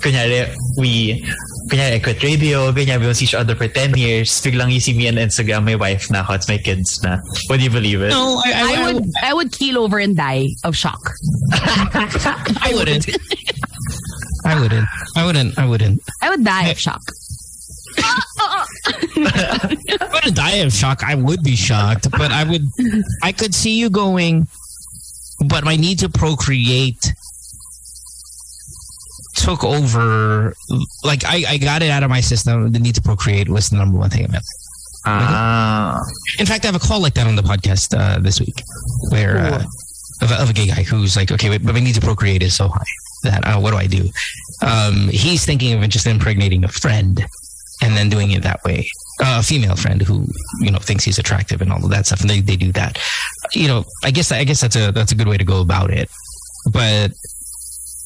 Speaker 3: kunyari we kunyari I quit radio, kunyari we don't see each other for 10 years, biglang you see me on Instagram, my wife na ako, it's my kids na. Would you believe it?
Speaker 1: No, I, I,
Speaker 2: I would I would keel over and die of shock.
Speaker 1: I wouldn't. I wouldn't. I wouldn't. I wouldn't.
Speaker 2: I would die of shock.
Speaker 1: I wouldn't die of shock. I would be shocked, but I would. I could see you going, but my need to procreate took over. Like I, I got it out of my system. The need to procreate was the number one thing. about it.
Speaker 3: Ah.
Speaker 1: In fact, I have a call like that on the podcast uh, this week, where uh, of, a, of a gay guy who's like, okay, wait, but my need to procreate is so high that uh, what do I do? Um, he's thinking of just impregnating a friend and then doing it that way. Uh, a female friend who you know thinks he's attractive and all of that stuff, and they, they do that. You know, I guess I guess that's a that's a good way to go about it. But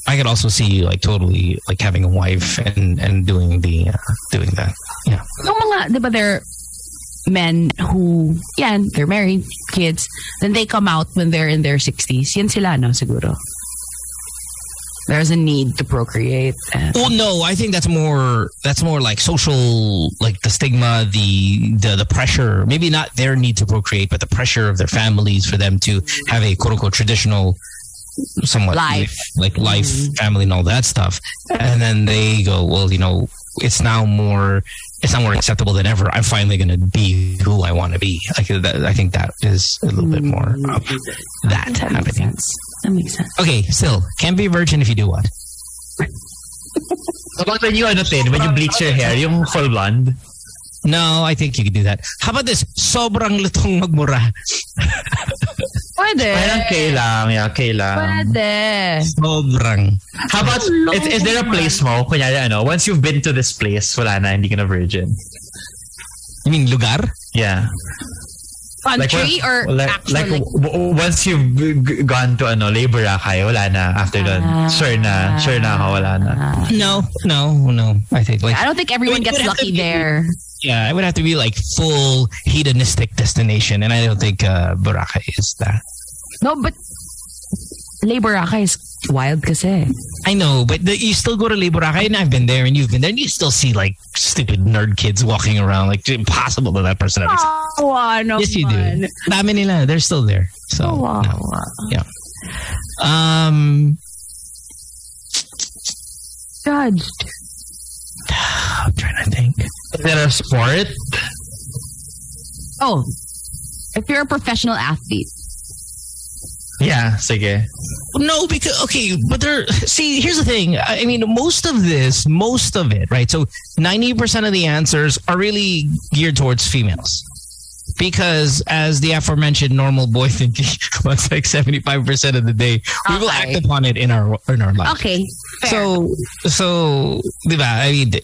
Speaker 1: I could also see like totally like having a wife and and doing the uh, doing that. Yeah,
Speaker 2: yung mga, di ba, they're men who, yan, they're married, kids, then they come out when they're in their 60s. Yan sila, no, siguro. There's a need to procreate. and-
Speaker 1: Well, no, I think that's more that's more like social, like the stigma, the the the pressure. Maybe not their need to procreate, but the pressure of their families for them to have a quote unquote traditional, somewhat
Speaker 2: Life.
Speaker 1: like life,
Speaker 2: Mhm.
Speaker 1: family, and all that stuff. And then they go, well, you know, it's now more it's now more acceptable than ever. I'm finally going to be who I want to be. I, feel that, I think that is a little bit more of that
Speaker 2: Mm-hmm. that makes
Speaker 1: happening.
Speaker 2: sense. That makes sense.
Speaker 1: Okay, still can't be a virgin if you do what?
Speaker 3: About when you, ano, Tin, when you bleach your hair, yung full blonde.
Speaker 1: No, I think you can do that. How about this? Sobrang lutong magmura.
Speaker 2: Pwede.
Speaker 3: Parang K lang. Yeah, K lang.
Speaker 2: Pwede.
Speaker 1: Sobrang.
Speaker 3: How about, is, is there a place mo, kunyari, ano, once you've been to this place, wala na, hindi ka na virgin.
Speaker 1: You mean lugar?
Speaker 3: Yeah.
Speaker 2: Country or
Speaker 3: like,
Speaker 2: actual,
Speaker 3: like,
Speaker 2: like,
Speaker 3: w- w- once you've g- g- gone to ano labor ah, kayo wala na after that
Speaker 2: Ah.
Speaker 3: sure na sure na ako wala na
Speaker 1: No, no, no. I think like
Speaker 2: I don't think everyone
Speaker 1: It would
Speaker 2: gets
Speaker 1: have to
Speaker 2: lucky
Speaker 1: be-
Speaker 2: there.
Speaker 1: yeah, it would have to be like full hedonistic destination, and I don't think uh, Boracay is that.
Speaker 2: No, but labor aka is wild kasi.
Speaker 1: I know, but the, you still go to Le Boracay, and I've been there, and you've been there, and you still see like stupid nerd kids walking around. Like it's impossible that that person ever. exists.
Speaker 2: Kawawa naman.
Speaker 1: yes, you do. Dami nila. They're still there. So no.
Speaker 2: Kawawa.
Speaker 1: um,
Speaker 2: Judged.
Speaker 1: I'm trying to think.
Speaker 3: is there a sport
Speaker 2: Oh, if you're a professional athlete.
Speaker 3: yeah sige
Speaker 1: No, because okay, but there. See, here's the thing. I I mean, most of this, most of it, right? So, ninety percent of the answers are really geared towards females, because as the aforementioned normal boy thinking, was like seventy-five percent of the day, we will
Speaker 2: Okay.
Speaker 1: act upon it in our in our life.
Speaker 2: Okay, fair.
Speaker 1: So, so, diba, I mean,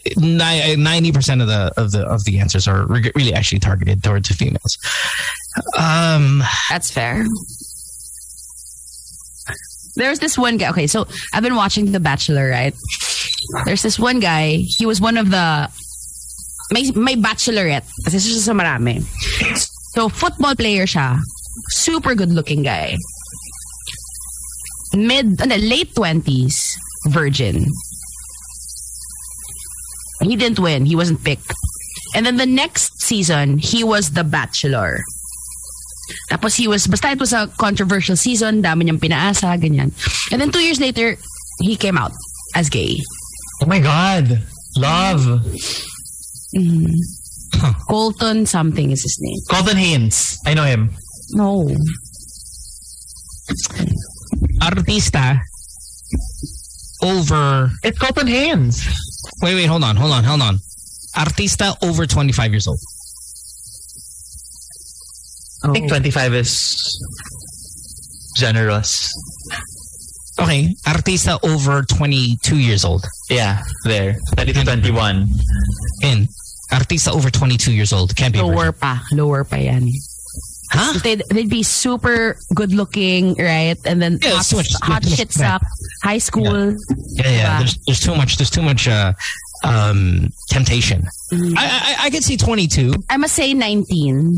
Speaker 1: ninety percent of the of the of the answers are re- really actually targeted towards the females. Um,
Speaker 2: That's fair. There's this one guy. Okay, so I've been watching The Bachelor, right? There's this one guy. He was one of the may may bachelorette kasi siya sa marami. So football player siya. Super good looking guy. Mid ano, late 20s, virgin. He didn't win. He wasn't picked. And then the next season, he was the bachelor. Tapos he was, basta it was a controversial season, dami niyang pinaasa, ganyan. And then two years later, he came out as gay.
Speaker 3: oh my god love
Speaker 1: Hmm.
Speaker 2: Colton something is his name.
Speaker 3: Colton Haynes I know him
Speaker 2: No.
Speaker 1: artista over
Speaker 3: it's Colton Haynes
Speaker 1: Wait, wait, hold on, hold on, hold on. Artista over 25 years old.
Speaker 3: I think 25 is generous
Speaker 1: Okay. Artista over 22 years old.
Speaker 3: yeah there 30 to 21
Speaker 1: In. Artista over 22 years old. Can't be. a virgin.
Speaker 2: Lower pa. Lower pa yan.
Speaker 1: Huh?
Speaker 2: They'd, they'd be super good looking, right? And then
Speaker 1: Yeah,
Speaker 2: hot,
Speaker 1: so much-
Speaker 2: hot
Speaker 1: yeah,
Speaker 2: shits
Speaker 1: yeah.
Speaker 2: up. High school.
Speaker 1: Yeah, yeah. There's, there's too much, there's too much, uh, um, temptation. I, I, I could see 22.
Speaker 2: I must say 19.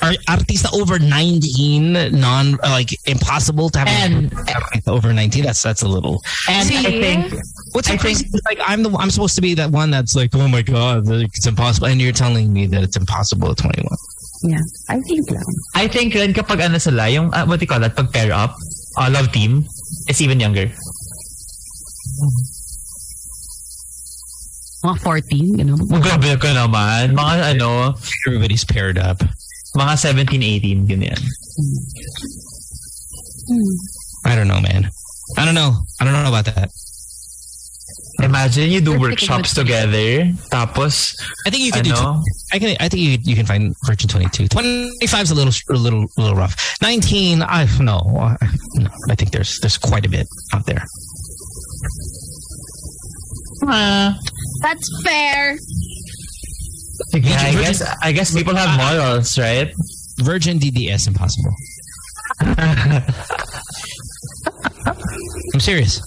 Speaker 1: Ar- Artista over 19, non, uh, like impossible to have
Speaker 3: And-
Speaker 1: Artista over 19. That's, that's a little.
Speaker 3: and I think
Speaker 1: What's so
Speaker 3: I
Speaker 1: crazy is like I'm the I'm supposed to be that one that's like, oh my god, like, it's impossible, and you're telling me that it's impossible at 21.
Speaker 2: Yeah. I think lang.
Speaker 3: I think rin kapag ano sila yung uh, what do you call that pag pair up uh, love team is even younger
Speaker 2: Mga 14, ganun.
Speaker 3: Grabe ka naman. Mga ano,
Speaker 1: Everybody's paired up.
Speaker 3: mga 17, 18, ganyan.
Speaker 2: Hmm.
Speaker 1: I don't know, man. I don't know. I don't know about that.
Speaker 3: Imagine you do
Speaker 2: Perfect
Speaker 3: workshops together, tapos,
Speaker 1: I think you can do.
Speaker 3: ano,
Speaker 1: I can. I think you you can find Virgin 22. 25 is a little a little a little rough. 19, I no, I- no. I think there's there's quite a bit out there.
Speaker 2: That's fair.
Speaker 3: yeah, I guess, I guess people have morals, right?
Speaker 1: Virgin DDS impossible. I'm serious.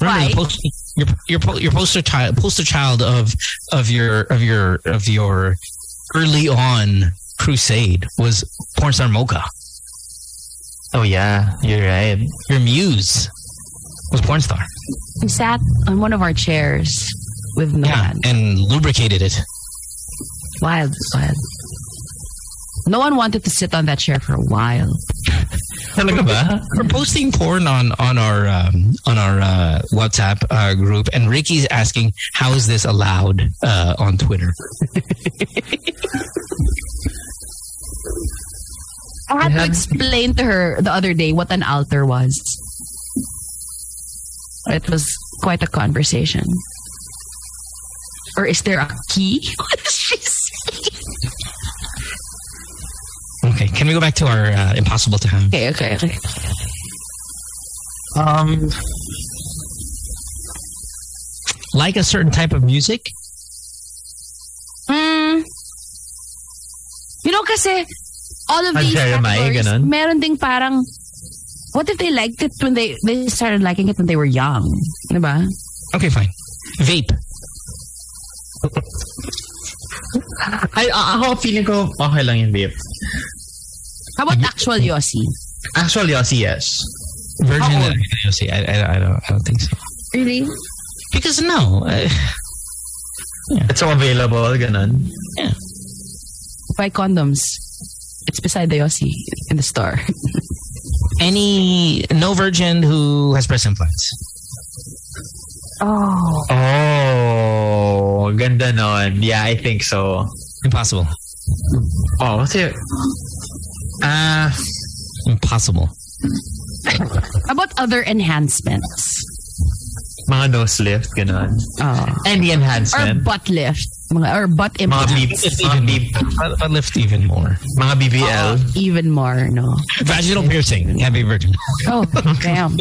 Speaker 1: Remember
Speaker 2: Why?
Speaker 1: the post your your po- your poster child poster child of of your of your of your early on crusade was porn star Mocha.
Speaker 3: Oh yeah, you're right.
Speaker 1: Your muse was porn star.
Speaker 2: We sat on one of our chairs with no
Speaker 1: Yeah,
Speaker 2: one.
Speaker 1: and lubricated it.
Speaker 2: Wild, wild. No one wanted to sit on that chair for a while.
Speaker 3: Talaga ba?
Speaker 1: We're posting porn on on our um, on our uh, WhatsApp uh, group, and Ricky's asking, "How is this allowed uh, on Twitter?"
Speaker 2: I had to
Speaker 3: Yeah.
Speaker 2: explain to her the other day what an altar was. It was quite a conversation. Or is there a key? What is she saying?
Speaker 1: Okay, can we go back to our uh, impossible to have?
Speaker 2: Okay, okay, okay.
Speaker 3: Um,
Speaker 1: Like a certain type of music,
Speaker 2: Mm. You know, kasi all of
Speaker 3: Ah,
Speaker 2: these
Speaker 3: Jeremiah,
Speaker 2: categories,
Speaker 3: ganun?
Speaker 2: meron ding parang, what if they liked it when they, they started liking it when they were young? Diba?
Speaker 1: okay, fine. Vape.
Speaker 3: ay, a- ako feeling ko okay lang yun, babe.
Speaker 2: How about actual Yossi?
Speaker 3: Actually, oh, Yossi, yes.
Speaker 1: Virgin.
Speaker 2: How old?
Speaker 1: I, see, I, I, I don't. I don't think so.
Speaker 2: Really?
Speaker 1: Because no, uh,
Speaker 3: It's all available, ganun.
Speaker 2: Buy condoms. It's beside the Yossi in the store.
Speaker 1: any no virgin who has breast implants.
Speaker 2: Oh.
Speaker 3: Oh, ganda nun. Yeah, I think so.
Speaker 1: Impossible.
Speaker 3: Oh, what's it? Ah,
Speaker 1: Impossible.
Speaker 2: How about other enhancements?
Speaker 3: mga nose lift, ganun.
Speaker 2: Oh.
Speaker 3: Any
Speaker 2: Or
Speaker 3: enhancement.
Speaker 2: butt lift. Mga, or butt
Speaker 3: Mga,
Speaker 2: implant.
Speaker 3: B- mga, B-
Speaker 1: But, but lift even more.
Speaker 3: mga BBL.
Speaker 2: Even more, no?
Speaker 1: Vaginal piercing. Happy virgin.
Speaker 2: Oh, damn.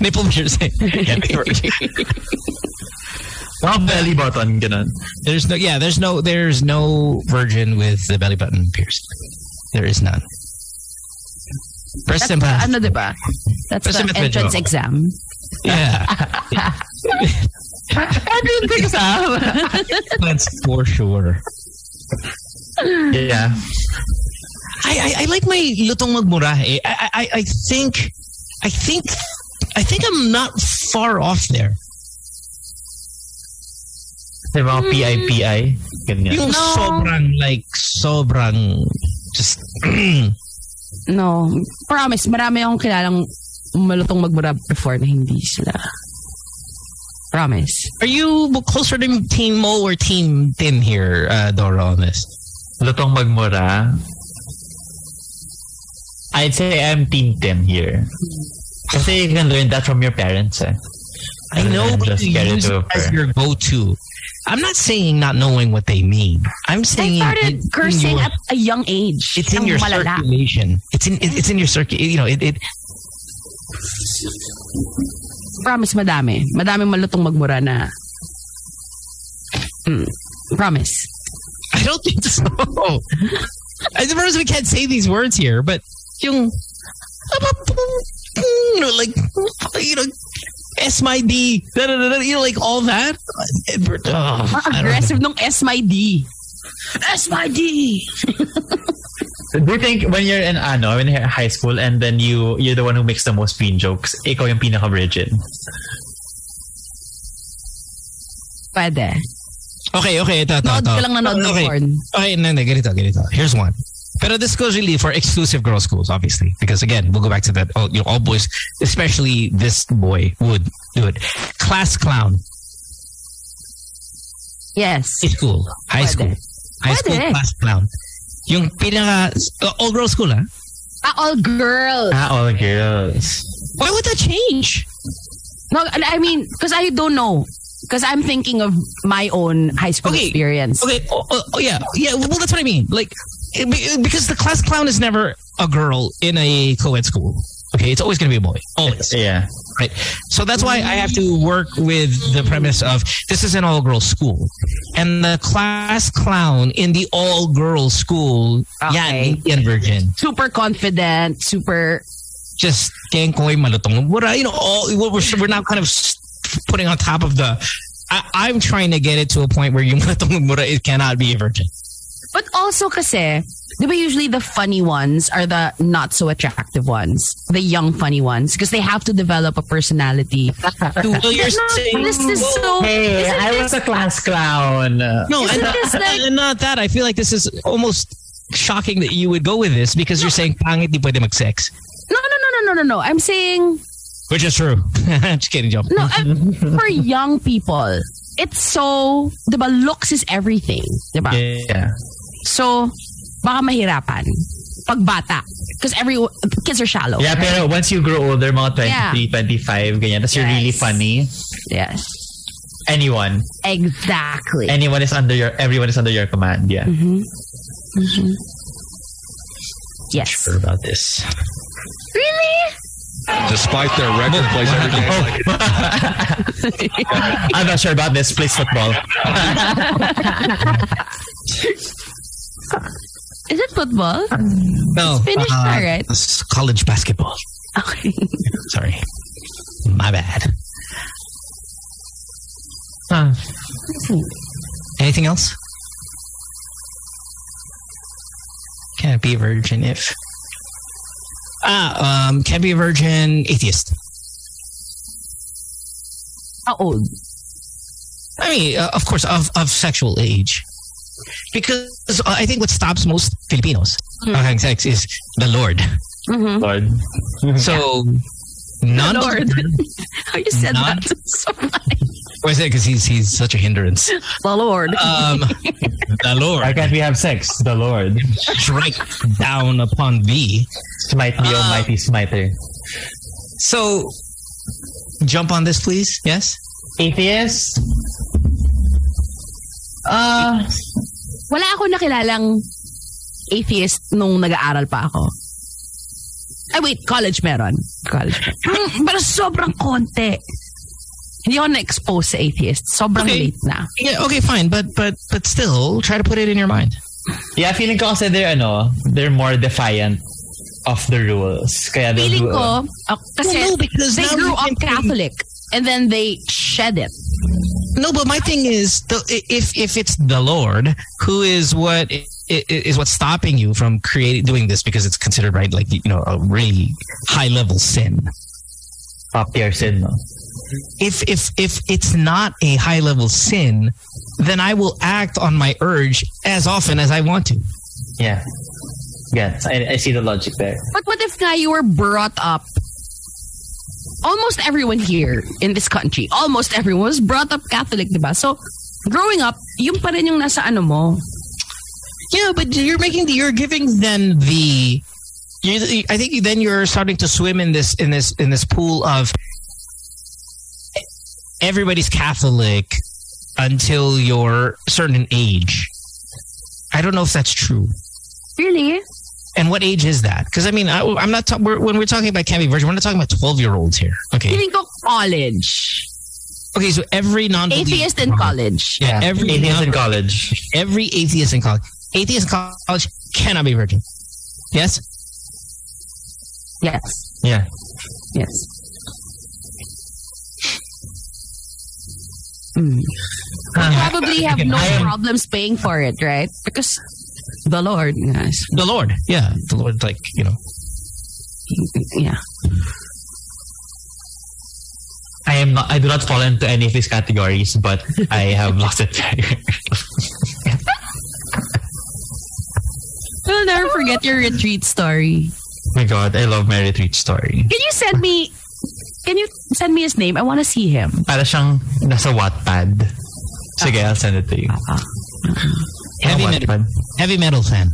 Speaker 1: Nipple piercing. Happy virgin.
Speaker 3: Mga belly button, ganun.
Speaker 1: There's no yeah, there's no there's no virgin with the belly button pierced. There is none. Breast
Speaker 2: That's the,
Speaker 1: implant.
Speaker 2: ano, diba? That's
Speaker 1: Basta
Speaker 2: the
Speaker 1: medyo.
Speaker 2: entrance exam.
Speaker 1: Yeah.
Speaker 2: Entrance exam!
Speaker 1: That's for sure.
Speaker 3: Yeah.
Speaker 1: I, I, I like my lutong magmurahe. I, I I think I think I think I'm not far off there.
Speaker 3: May mga PI-PI. Ganyan.
Speaker 1: Yung
Speaker 2: No.
Speaker 1: sobrang like sobrang just
Speaker 2: No. Promise, marami akong kilalang malutong magmurab before na hindi sila. Promise.
Speaker 1: Are you closer to Team Mo or Team Tin here, uh, Dora, on this?
Speaker 3: Lutong magmura. I'd say I'm Team Tim here. Kasi you can learn that from your parents eh.
Speaker 1: I
Speaker 3: Rather
Speaker 1: know
Speaker 3: than
Speaker 1: but
Speaker 3: just
Speaker 1: you
Speaker 3: get it
Speaker 1: use it
Speaker 3: over.
Speaker 1: as your go-to. I'm not saying not knowing what they mean. I'm saying
Speaker 2: They started
Speaker 1: it's in
Speaker 2: cursing
Speaker 1: your-
Speaker 2: at a young age.
Speaker 1: it's in
Speaker 2: Ang
Speaker 1: your
Speaker 2: malala.
Speaker 1: circulation. It's in it- it's in your circuit. You know, it, it
Speaker 2: Promise, madami. Madaming malutong magmura na. Mm. Promise.
Speaker 1: I don't think so. I suppose we can't say these words here, but yung you know, like you know, S my D, da, da, da, da, you know, like all that. Ugh,
Speaker 2: Ang
Speaker 1: I don't know.
Speaker 2: aggressive nung S my D. S my D!
Speaker 3: Do you think when you're in ano, when you're in high school and then you you're the one who makes the most mean jokes, ikaw yung pinaka virgin.
Speaker 2: Pwede.
Speaker 1: Okay, okay, ito, ito,
Speaker 2: Nod
Speaker 1: ito.
Speaker 2: ka lang na nod ng
Speaker 1: okay.
Speaker 2: porn.
Speaker 1: Okay, no, no, ganito, ganito. Here's one. Pero this goes really for exclusive girl schools, obviously, because again, we'll go back to that. All, you know, all boys, especially this boy, would do it. Class clown,
Speaker 2: Yes.
Speaker 1: high school, high
Speaker 2: Pwede.
Speaker 1: school, high
Speaker 2: Pwede.
Speaker 1: school class clown. Yung pinaka uh, all girl school, ah.
Speaker 2: Ah, all girls.
Speaker 3: Ah, all girls.
Speaker 1: Why would that change?
Speaker 2: No, I mean, because I don't know. Because I'm thinking of my own high school
Speaker 1: Okay.
Speaker 2: experience.
Speaker 1: Okay, oh, oh, oh, yeah, yeah. Well, that's what I mean. Like, it, be- because the class clown is never a girl in a co-ed school. Okay, it's always going to be a boy. Always.
Speaker 3: Yeah.
Speaker 1: right? So that's why I have to work with the premise of this is an all girls school, and the class clown in the all girls school, yeah,
Speaker 2: Okay.
Speaker 1: Indian virgin.
Speaker 2: Super confident, super
Speaker 1: just kengkoy malutong. What you know, all we're we're now kind of putting on top of the. I, am trying to get it to a point where yung malutong mura it cannot be a virgin.
Speaker 2: But also kasi, di ba usually the funny ones are the not so attractive ones, the young funny ones, because they have to develop a personality.
Speaker 1: Dude, well, you're saying
Speaker 2: this is
Speaker 3: Oh,
Speaker 2: so.
Speaker 3: Hey,
Speaker 2: isn't
Speaker 3: I was a class clown.
Speaker 1: no,
Speaker 2: Isn't
Speaker 1: and not,
Speaker 2: this like-
Speaker 1: and not that. I feel like this is almost shocking that you would go with this because you're saying pangit di pwede mag-sex.
Speaker 2: No, no, no, no, no, no, no. I'm saying
Speaker 1: Which is true. just kidding, Joe.
Speaker 2: no I'm, for young people. It's so, di ba, looks is everything, di ba?
Speaker 3: Yeah.
Speaker 2: So, baka mahirapan pag bata. Because every kids are shallow.
Speaker 3: Yeah, pero once you grow older, mga 23, 25, ganyan, tapos you're really
Speaker 2: Yes.
Speaker 3: funny,
Speaker 2: Yes.
Speaker 3: anyone,
Speaker 2: Exactly.
Speaker 3: anyone is under your, everyone is under your command. Yeah.
Speaker 2: Mhm. Mhm. Yes.
Speaker 3: Sure about this.
Speaker 2: Really?
Speaker 4: Despite their record plays every game like
Speaker 3: Oh. I'm not sure about this. Please football.
Speaker 2: Is it football?
Speaker 1: No,
Speaker 2: Finished na, right?
Speaker 1: it's College basketball.
Speaker 2: Okay.
Speaker 1: Sorry. My bad.
Speaker 3: Huh.
Speaker 1: Anything else? Can it be a virgin if? Ah, um, can be a virgin atheist.
Speaker 2: How old?
Speaker 1: I mean, uh, of course, of, of sexual age. Because uh, I think what stops most Filipinos
Speaker 2: Hmm.
Speaker 1: from having sex is the Lord.
Speaker 2: Mm-hmm.
Speaker 3: Lord.
Speaker 1: So, none of-
Speaker 2: Lord. How you said
Speaker 1: Not-
Speaker 2: that? So,
Speaker 1: Why is that? Because he's, he's such a hindrance.
Speaker 2: the Lord.
Speaker 1: Um, the
Speaker 3: Why
Speaker 1: Lord
Speaker 3: can't we have sex? The Lord.
Speaker 1: strike down upon thee.
Speaker 3: Smite me,
Speaker 1: Ah.
Speaker 3: almighty smiter.
Speaker 1: So, jump on this, please. Yes.
Speaker 3: Atheist? Uh,
Speaker 2: Wala ako nakilalang atheist nung nag-aaral pa ako. Ay, wait. College meron. College meron. Mm, Pero sobrang konti. Hindi ako na-expose sa atheist. Sobrang
Speaker 1: Okay.
Speaker 2: late na.
Speaker 1: Yeah. Okay. Fine. But but but still, try to put it in your mind.
Speaker 3: yeah, feeling ko kasi they're, ano, they're more defiant of the rules. Kaya they'll
Speaker 2: Feeling
Speaker 1: Uh,
Speaker 3: do-
Speaker 2: ko, ah, kasi
Speaker 1: Well, no, because
Speaker 2: they
Speaker 1: now
Speaker 2: grew
Speaker 1: we
Speaker 2: up
Speaker 1: can-
Speaker 2: Catholic and then they shed it.
Speaker 1: No, but my thing is, the, if if it's the Lord who is what i- i- is what's stopping you from creating doing this because it's considered right, like you know, a really high level sin.
Speaker 3: Top tier sin, no?
Speaker 1: if if if it's not a high level sin, then I will act on my urge as often as I want to.
Speaker 3: Yeah. Yes, I, I see the logic there.
Speaker 2: But what if nga you were brought up? Almost everyone here in this country, almost everyone was brought up Catholic, diba? So, growing up, yung pa rin yung nasa ano mo.
Speaker 1: Yeah, but you're making the, you're giving then the you I think then you're starting to swim in this in this in this pool of everybody's Catholic until you're certain age. I don't know if that's true.
Speaker 2: Really?
Speaker 1: And what age is that? Because I mean, I, I'm not ta- we're, when we're talking about can be virgin, we're not talking about 12 year olds here. Okay.
Speaker 2: Feeling ko college.
Speaker 1: Okay. So every non
Speaker 2: Atheist in college.
Speaker 1: Yeah, every
Speaker 3: atheist in college.
Speaker 1: every atheist in college. Atheist in college cannot be virgin. Yes?
Speaker 2: Yes.
Speaker 3: Yeah.
Speaker 2: Yes. Mm.
Speaker 3: Ah.
Speaker 2: Probably have no
Speaker 3: Hmm. I am-
Speaker 2: problems paying for it, right? Because the Lord, yes.
Speaker 1: The Lord. Yeah. The Lord, like, you know.
Speaker 2: yeah.
Speaker 3: I am not. I do not fall into any of these categories, but I have lost it.
Speaker 2: We'll never forget your retreat story.
Speaker 3: my God, I love my retreat story.
Speaker 2: Can you send me? Can you send me his name? I want to see him.
Speaker 3: Para siyang nasa Wattpad. Sige, I'll send it to you.
Speaker 1: Heavy
Speaker 3: Ano,
Speaker 1: metal, heavy metal fan.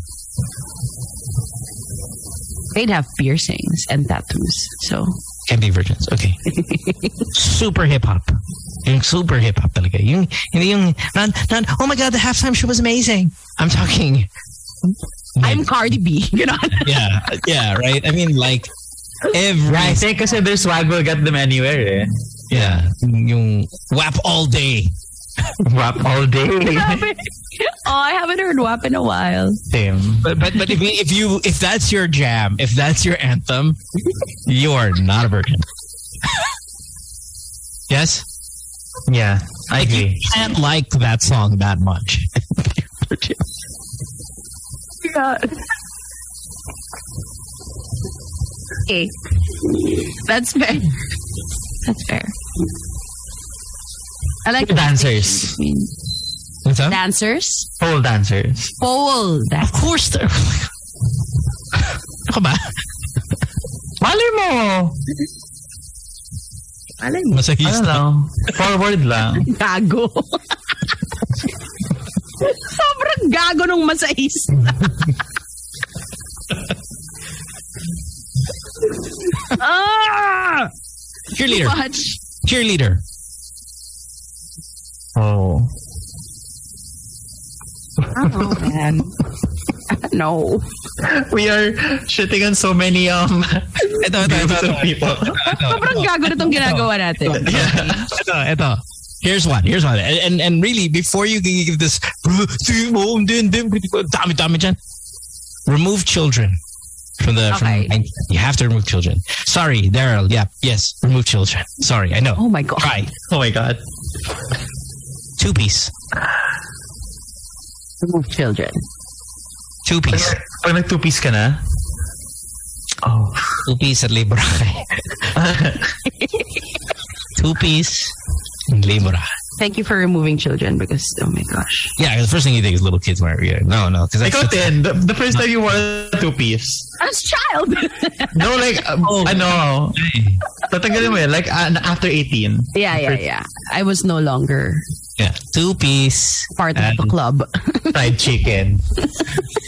Speaker 2: They'd have piercings and tattoos. So
Speaker 1: Can be virgins. Okay. super hip hop. Yung super hip hop talaga. Yung, hindi yung, not, not, oh my God, the halftime show was amazing. I'm talking.
Speaker 2: I'm Cardi B. You know,
Speaker 1: yeah. Yeah. Right. I mean, like, every.
Speaker 3: I think kasi their swag will get them anywhere eh.
Speaker 1: Yeah. Yung WAP all day.
Speaker 3: WAP all day.
Speaker 2: oh, I haven't heard WAP in a while.
Speaker 3: Same.
Speaker 1: But but, but if, you- if you if that's your jam, if that's your anthem, you are not a virgin. Yes,
Speaker 3: Yeah, I agree.
Speaker 1: can't like that song that much.
Speaker 2: Yeah. Okay. That's fair. That's fair. I like
Speaker 3: Dancers.
Speaker 1: What's up?
Speaker 2: dancers.
Speaker 3: Pole dancers.
Speaker 2: Pole dan-
Speaker 1: Of course, there. Come on,
Speaker 3: Malay mo! Ano
Speaker 1: masakista.
Speaker 3: lang? Forward lang.
Speaker 2: Gago. Sobrang gago nung masaista. ah!
Speaker 1: Cheerleader,
Speaker 2: Watch.
Speaker 1: cheerleader.
Speaker 3: Oh.
Speaker 2: Oh, man. no.
Speaker 3: We are shitting on so many um
Speaker 1: Ito, ito, ito,
Speaker 3: groups
Speaker 1: ito,
Speaker 3: of people.
Speaker 1: ito,
Speaker 2: Sobrang gago na itong ginagawa natin.
Speaker 3: yeah.
Speaker 1: ito, ito. Here's one. Here's one. And and, and really, before you give this, dami dami dyan. Remove children from the from
Speaker 2: Okay.
Speaker 1: the- you have to remove children. Sorry, Daryl. Yeah, yes, remove children. Sorry, I know.
Speaker 2: Oh my God.
Speaker 1: Try
Speaker 3: Oh my god.
Speaker 1: two piece,
Speaker 2: Remove children.
Speaker 1: two piece,
Speaker 3: Pag nag two-piece ka na, oh.
Speaker 1: two piece at Libra. two piece in Libra.
Speaker 2: Thank you for removing children because, oh my gosh.
Speaker 1: Yeah, 'cause the first thing you think is little kids wearing. Yeah, no, no, because
Speaker 3: Ikaw din, the, the first time you wore a two-piece.
Speaker 2: As child.
Speaker 3: No, like, um,
Speaker 2: Oh.
Speaker 3: ano, tatanggalin mo yun, like, an after 18.
Speaker 2: yeah, yeah, yeah. I was no longer
Speaker 1: yeah, two piece.
Speaker 2: part of the
Speaker 1: And-
Speaker 2: club.
Speaker 3: Fried chicken.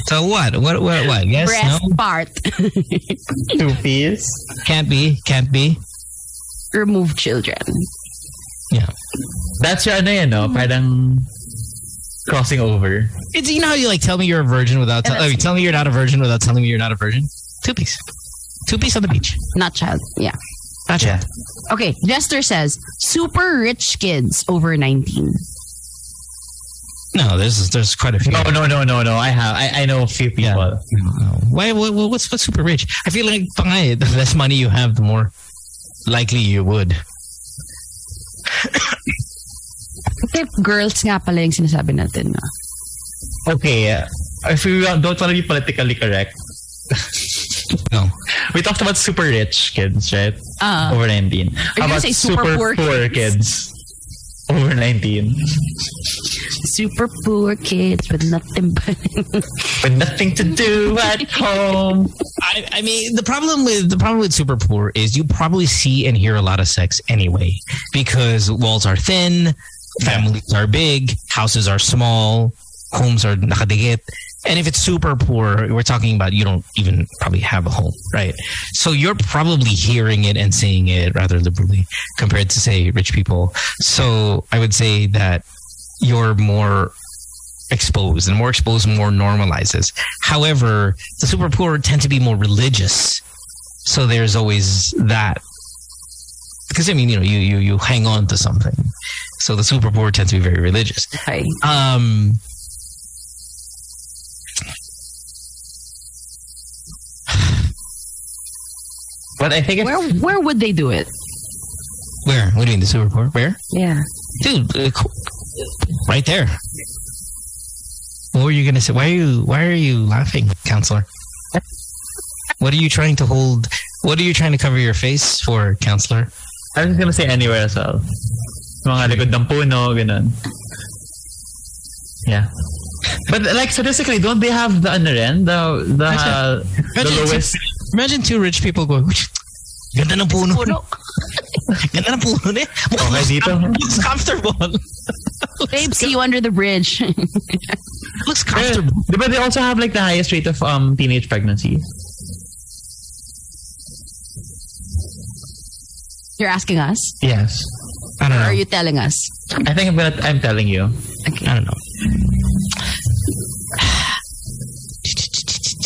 Speaker 1: So what? What? What? What? Yes,
Speaker 2: Breast
Speaker 1: no,
Speaker 2: part.
Speaker 3: Two-piece?
Speaker 1: can't be, can't be.
Speaker 2: Remove children.
Speaker 1: Yeah.
Speaker 3: That's your ano yan, no? Parang crossing over.
Speaker 1: It's you know how you like tell me you're a virgin without tell,
Speaker 2: Yeah, that's-
Speaker 1: like, tell me you're not a virgin without telling me you're not a virgin. Two piece, two piece on the beach.
Speaker 2: Not child. Yeah.
Speaker 3: Gotcha.
Speaker 2: Okay. Jester says super rich kids over 19.
Speaker 1: No, there's there's quite a few.
Speaker 3: No, no, no, no, no. I have, I, I know a few
Speaker 1: Yeah.
Speaker 3: people.
Speaker 1: No. Why? What, what- what's what's super rich? I feel like pa nga eh, the less money you have, the more likely you would.
Speaker 2: Kasi girls nga pala yung sinasabi natin. Na.
Speaker 3: Okay, uh, if we don't want to be politically correct,
Speaker 1: No,
Speaker 3: we talked about super rich kids, right?
Speaker 2: Ah.
Speaker 3: Over 19. How
Speaker 2: gonna
Speaker 3: about
Speaker 2: say super poor
Speaker 3: kids? Over 19.
Speaker 2: super poor kids with nothing but
Speaker 3: With nothing to do at home.
Speaker 1: I, I mean the problem with the problem with super poor is you probably see and hear a lot of sex anyway because walls are thin, families are big, houses are small, homes are nakadigit. And if it's super poor, we're talking about you don't even probably have a home, right? So you're probably hearing it and seeing it rather liberally compared to say rich people. So I would say that you're more exposed and more exposed more normalizes however the super poor tend to be more religious so there's always that because i mean you know you you, you hang on to something so the super poor tend to be very religious
Speaker 2: Okay.
Speaker 1: um
Speaker 3: But I think if
Speaker 2: Where where would they do it?
Speaker 1: where what do you mean the super poor where
Speaker 2: Yeah.
Speaker 1: dude uh, co- right there what were you gonna say why are you why are you laughing counselor what are you trying to hold what are you trying to cover your face for counselor
Speaker 3: I was gonna say anywhere as well. Mga likod ng puno, ganun. Yeah. But like statistically, don't they have the ano rin? The the, the
Speaker 1: Imagine-
Speaker 3: lowest
Speaker 1: Imagine two rich people going, "Uch, ganda ng puno.
Speaker 2: Puno.
Speaker 1: Ganda ng puno na eh. Mukhang
Speaker 3: Okay, dito.
Speaker 1: Looks comfortable.
Speaker 2: Babe, see you under the bridge.
Speaker 1: Looks comfortable.
Speaker 3: Eh, Di ba they also have like the highest rate of um teenage pregnancy?
Speaker 2: You're asking us?
Speaker 3: Yes.
Speaker 1: I don't
Speaker 2: Or are
Speaker 1: know.
Speaker 2: you telling us?
Speaker 3: I think I'm gonna I'm telling you.
Speaker 1: I don't know.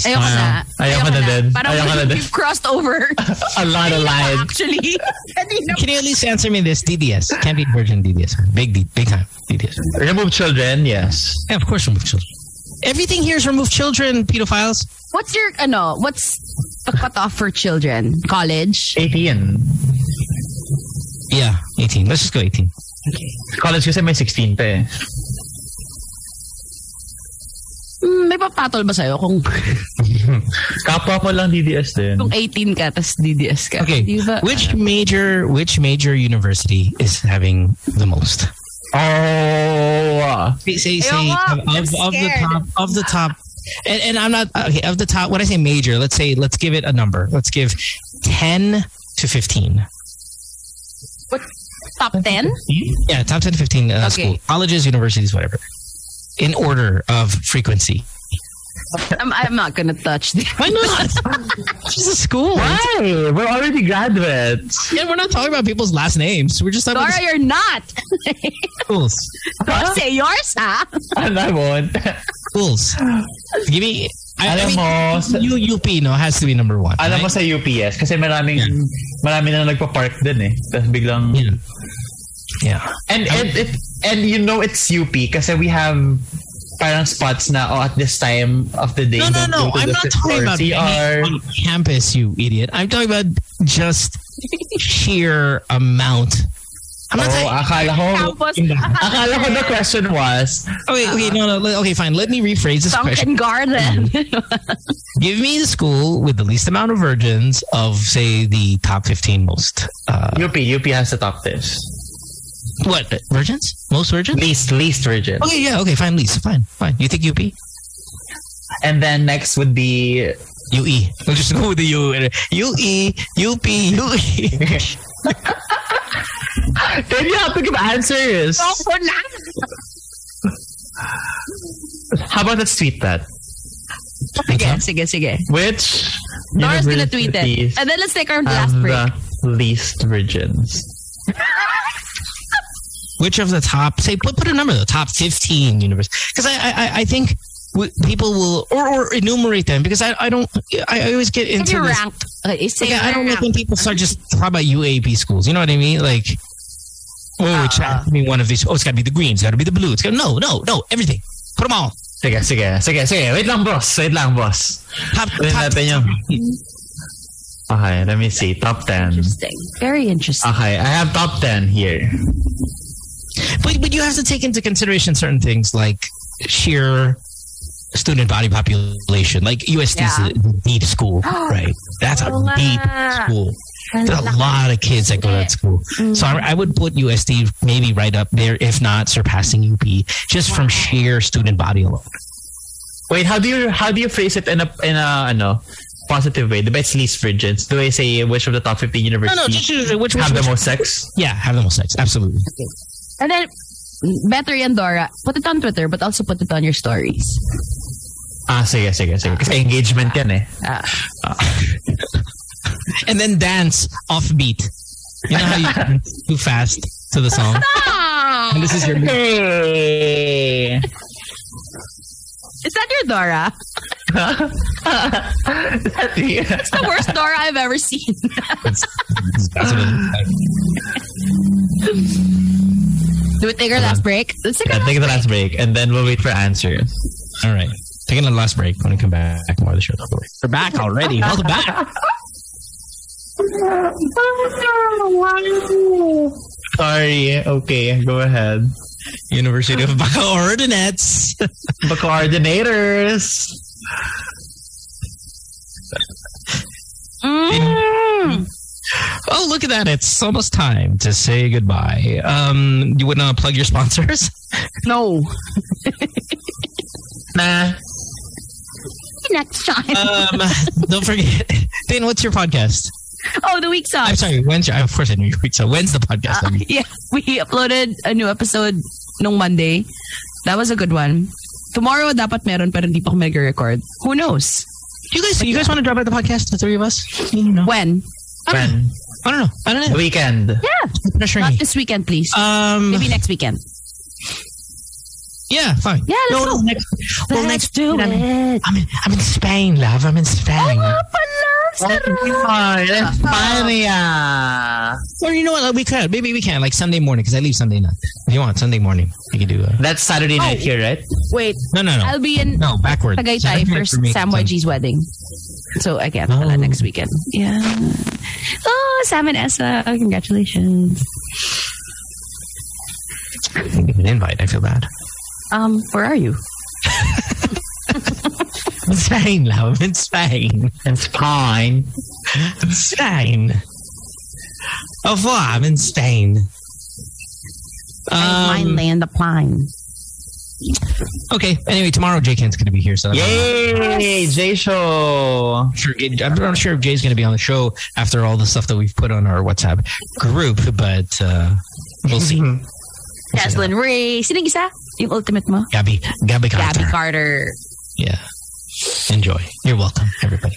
Speaker 2: Ayoko
Speaker 1: Wow.
Speaker 2: na.
Speaker 3: Ayoko na din.
Speaker 2: Parang
Speaker 3: Ayoko na din.
Speaker 2: we've crossed over.
Speaker 3: A lot of lines.
Speaker 2: Actually. Kanina
Speaker 1: Can you at least answer me this? DDS. Can't be virgin DDS. Big D. Big time. DDS.
Speaker 3: Remove children, yes.
Speaker 1: Yeah, of course remove children. Everything here is remove children, pedophiles.
Speaker 2: What's your ano? What's the cutoff for children? College?
Speaker 3: 18.
Speaker 1: Yeah, 18. Let's just go 18.
Speaker 3: College kasi may 16 pa eh.
Speaker 2: Mm, may papatol ba sa'yo kung
Speaker 3: Kapwa ko lang DDS din.
Speaker 2: kung 18 ka tas DDS ka?
Speaker 1: Okay.
Speaker 2: Di ba?
Speaker 1: Which major which major university is having the most?
Speaker 3: Oh! ah.
Speaker 1: Say say, say
Speaker 2: Ayoko,
Speaker 1: of,
Speaker 2: I'm
Speaker 1: of, of the
Speaker 2: scared.
Speaker 1: top of the top and, and I'm not uh, okay, of the top when I say major, let's say let's give it a number. Let's give 10 to 15.
Speaker 2: Top 10?
Speaker 3: Oh.
Speaker 1: Yeah, top 10 to 15 uh,
Speaker 2: Okay.
Speaker 1: school. Colleges, universities, whatever. In order of frequency.
Speaker 2: I'm, I'm not gonna touch this.
Speaker 1: Why not? it's just a school.
Speaker 3: Why? We're already graduates.
Speaker 1: Yeah, we're not talking about people's last names. We're just talking
Speaker 2: Dora,
Speaker 1: about
Speaker 2: you're not.
Speaker 1: the schools.
Speaker 2: Don't say yours, ha?
Speaker 3: Ano won't.
Speaker 1: Schools. Give me. I,
Speaker 3: Alam mo,
Speaker 1: I
Speaker 3: sa-
Speaker 1: mean, you UP no has to be number one.
Speaker 3: alam mo
Speaker 1: right?
Speaker 3: sa UPS, kasi maraming,
Speaker 1: Yeah.
Speaker 3: marami na nagpa-park din eh. Tapos biglang,
Speaker 1: yeah. yeah.
Speaker 3: And and it and you know it's UP kasi we have parang spots na oh at this time of the day.
Speaker 1: No, no, no.
Speaker 3: don't go to
Speaker 1: I'm
Speaker 3: the
Speaker 1: not
Speaker 3: sit-
Speaker 1: talking
Speaker 3: or
Speaker 1: about being
Speaker 3: CR.
Speaker 1: on campus, you idiot. I'm talking about just sheer amount. I'm not
Speaker 3: Oh,
Speaker 1: talking.
Speaker 3: akala ko
Speaker 2: Campus.
Speaker 3: akala ko the question was
Speaker 1: Okay, okay, no, no. le- Okay, fine. Let me rephrase this question.
Speaker 2: Sunken Garden.
Speaker 1: Give me the school with the least amount of virgins of, say, the top 15 most. Uh,
Speaker 3: UP UP has the top this
Speaker 1: what? uh, Virgins? Most virgins?
Speaker 3: least least rigid.
Speaker 1: Okay, yeah, okay, fine, least. Fine, fine. You think UP?
Speaker 3: And then next would be
Speaker 1: UE. E. We'll just go with the U. E, UE, UP, UE.
Speaker 3: then you have to give answers.
Speaker 2: Ako na.
Speaker 3: How about let's tweet that?
Speaker 2: Sige, sige, sige.
Speaker 3: Which
Speaker 2: Dora's gonna tweet it.
Speaker 3: universities
Speaker 2: And then let's take our
Speaker 3: have
Speaker 2: last break.
Speaker 3: the least virgins?
Speaker 1: Which of the top, say, put, put a number, the top 15 universe. Because I, I, I- I think w- people will, or, or enumerate them, because I, I don't, I, I always get
Speaker 2: If
Speaker 1: into
Speaker 2: you
Speaker 1: this.
Speaker 2: rank, okay, say
Speaker 1: Yeah, I don't like
Speaker 2: rank.
Speaker 1: when people start just talking about UAP schools. You know what I mean? Like, oh, it has
Speaker 2: Uh.
Speaker 1: to be one of these. Oh, it's got to be the green. It's got to be the blue. It's got no, no, no. Everything. Put them all.
Speaker 3: Sige, sige, sige, sige. Wait lang, boss. Wait lang, boss.
Speaker 1: Top,
Speaker 3: Wait
Speaker 1: top-
Speaker 3: natin yung... Okay, let me see. Top 10.
Speaker 2: Interesting. Very interesting.
Speaker 3: Okay, I have top 10 here.
Speaker 1: But but you have to take into consideration certain things like sheer student body population. Like USD is
Speaker 2: Yeah.
Speaker 1: a deep school, right? That's a
Speaker 2: Oo
Speaker 1: deep
Speaker 2: nga.
Speaker 1: school. There's a
Speaker 2: Ang
Speaker 1: lot of kids that go to that school. So I, I would put USD maybe right up there, if not surpassing UP, just from sheer student body alone.
Speaker 3: Wait, how do you how do you phrase it in a in a ano positive way? The best least virgins. Do I say which of the top 15
Speaker 1: No, no,
Speaker 3: universities
Speaker 1: just, just which, which,
Speaker 3: have the
Speaker 1: which-
Speaker 3: most sex?
Speaker 1: Yeah, have the most sex. Absolutely.
Speaker 2: And then, better yan, Dora. Put it on Twitter, but also put it on your stories.
Speaker 3: Ah, sige, sige, sige. Kasi engagement yan eh.
Speaker 2: Ah.
Speaker 1: And then dance offbeat. You know how you dance too fast to the song? And this is your move.
Speaker 3: Hey!
Speaker 2: Is that your Dora? It's the worst Dora I've ever seen.
Speaker 1: That's, that's what it looks like.
Speaker 2: Do we take our last break? Let's take
Speaker 3: yeah,
Speaker 2: our last
Speaker 3: take the last break and then we'll wait for answers.
Speaker 1: All right. Taking a last break. When we come back, more of the show. Don't worry. We're back already. Welcome back.
Speaker 3: Sorry. Okay, go ahead.
Speaker 1: University of Bacoordinates.
Speaker 3: The coordinators.
Speaker 2: Mm.
Speaker 1: Oh, look at that. It's almost time to say goodbye. Um, you wouldn't uh, plug your sponsors?
Speaker 2: No.
Speaker 3: Nah.
Speaker 2: Next time.
Speaker 1: Um, don't forget. Dan, what's your podcast?
Speaker 2: oh, the week's off.
Speaker 1: I'm sorry. When's your, of course I knew your week. So when's the podcast?
Speaker 2: Uh, yeah, we uploaded a new episode nung Monday. That was a good one. Tomorrow, dapat meron pero hindi pa ako record Who knows?
Speaker 1: you guys, you guys want to drop out the podcast, the three of us? You know.
Speaker 2: When?
Speaker 1: I don't
Speaker 3: When?
Speaker 1: I don't know. I don't
Speaker 3: The
Speaker 1: know.
Speaker 3: weekend.
Speaker 1: Pressuring
Speaker 2: Not
Speaker 1: me.
Speaker 2: this weekend, please.
Speaker 1: Um,
Speaker 2: Maybe next weekend.
Speaker 1: Yeah, fine.
Speaker 2: Yeah, let's
Speaker 1: no,
Speaker 2: go.
Speaker 1: no, next. Well,
Speaker 2: Let's
Speaker 1: next.
Speaker 2: do
Speaker 1: I'm,
Speaker 2: it.
Speaker 1: I'm in. I'm in Spain, love. I'm in Spain.
Speaker 2: Mga panarap,
Speaker 3: Oh,
Speaker 2: sarap.
Speaker 3: uh,
Speaker 1: Or you know what? We could. Maybe we can. Like Sunday morning, because I leave Sunday night. If you want, Sunday morning, we could do. Uh,
Speaker 3: That's Saturday night here, right?
Speaker 2: Wait,
Speaker 1: no, no, no,
Speaker 2: I'll be in
Speaker 1: no. Backward.
Speaker 2: Tagaytay
Speaker 1: Saturday
Speaker 2: for
Speaker 1: night me,
Speaker 2: Sam YG's wedding. So I can't
Speaker 1: Oh.
Speaker 2: pala next weekend. Yeah. Oh, Sam and Essa, oh, congratulations.
Speaker 1: Sun- I didn't get An invite. I feel bad.
Speaker 2: Um, where are you?
Speaker 1: I'm in Spain, love. I'm in Spain. In Spain. Spain. Au revoir. I'm in Spain.
Speaker 2: I
Speaker 1: Um,
Speaker 2: mine land the pine.
Speaker 1: okay. Anyway, tomorrow Jay Kent's going to be here,
Speaker 3: Uh-huh.
Speaker 1: so I'm not
Speaker 3: Yay! J Show.
Speaker 1: sure. I'm not sure if Jay's going to be on the show after all the stuff that we've put on our WhatsApp group, but uh, we'll see.
Speaker 2: Jaslyn Ray. Sinong isa? Yung ultimate mo?
Speaker 1: Gabby, Gabby Carter.
Speaker 2: Gabby Carter.
Speaker 1: yeah. Enjoy. You're welcome, everybody.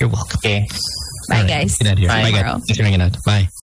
Speaker 1: You're welcome.
Speaker 3: Okay.
Speaker 2: Bye,
Speaker 1: All right,
Speaker 2: guys.
Speaker 1: Get out of here.
Speaker 3: Bye.
Speaker 1: Bye, guys.
Speaker 2: Tomorrow.
Speaker 1: Thanks for hanging out. Bye.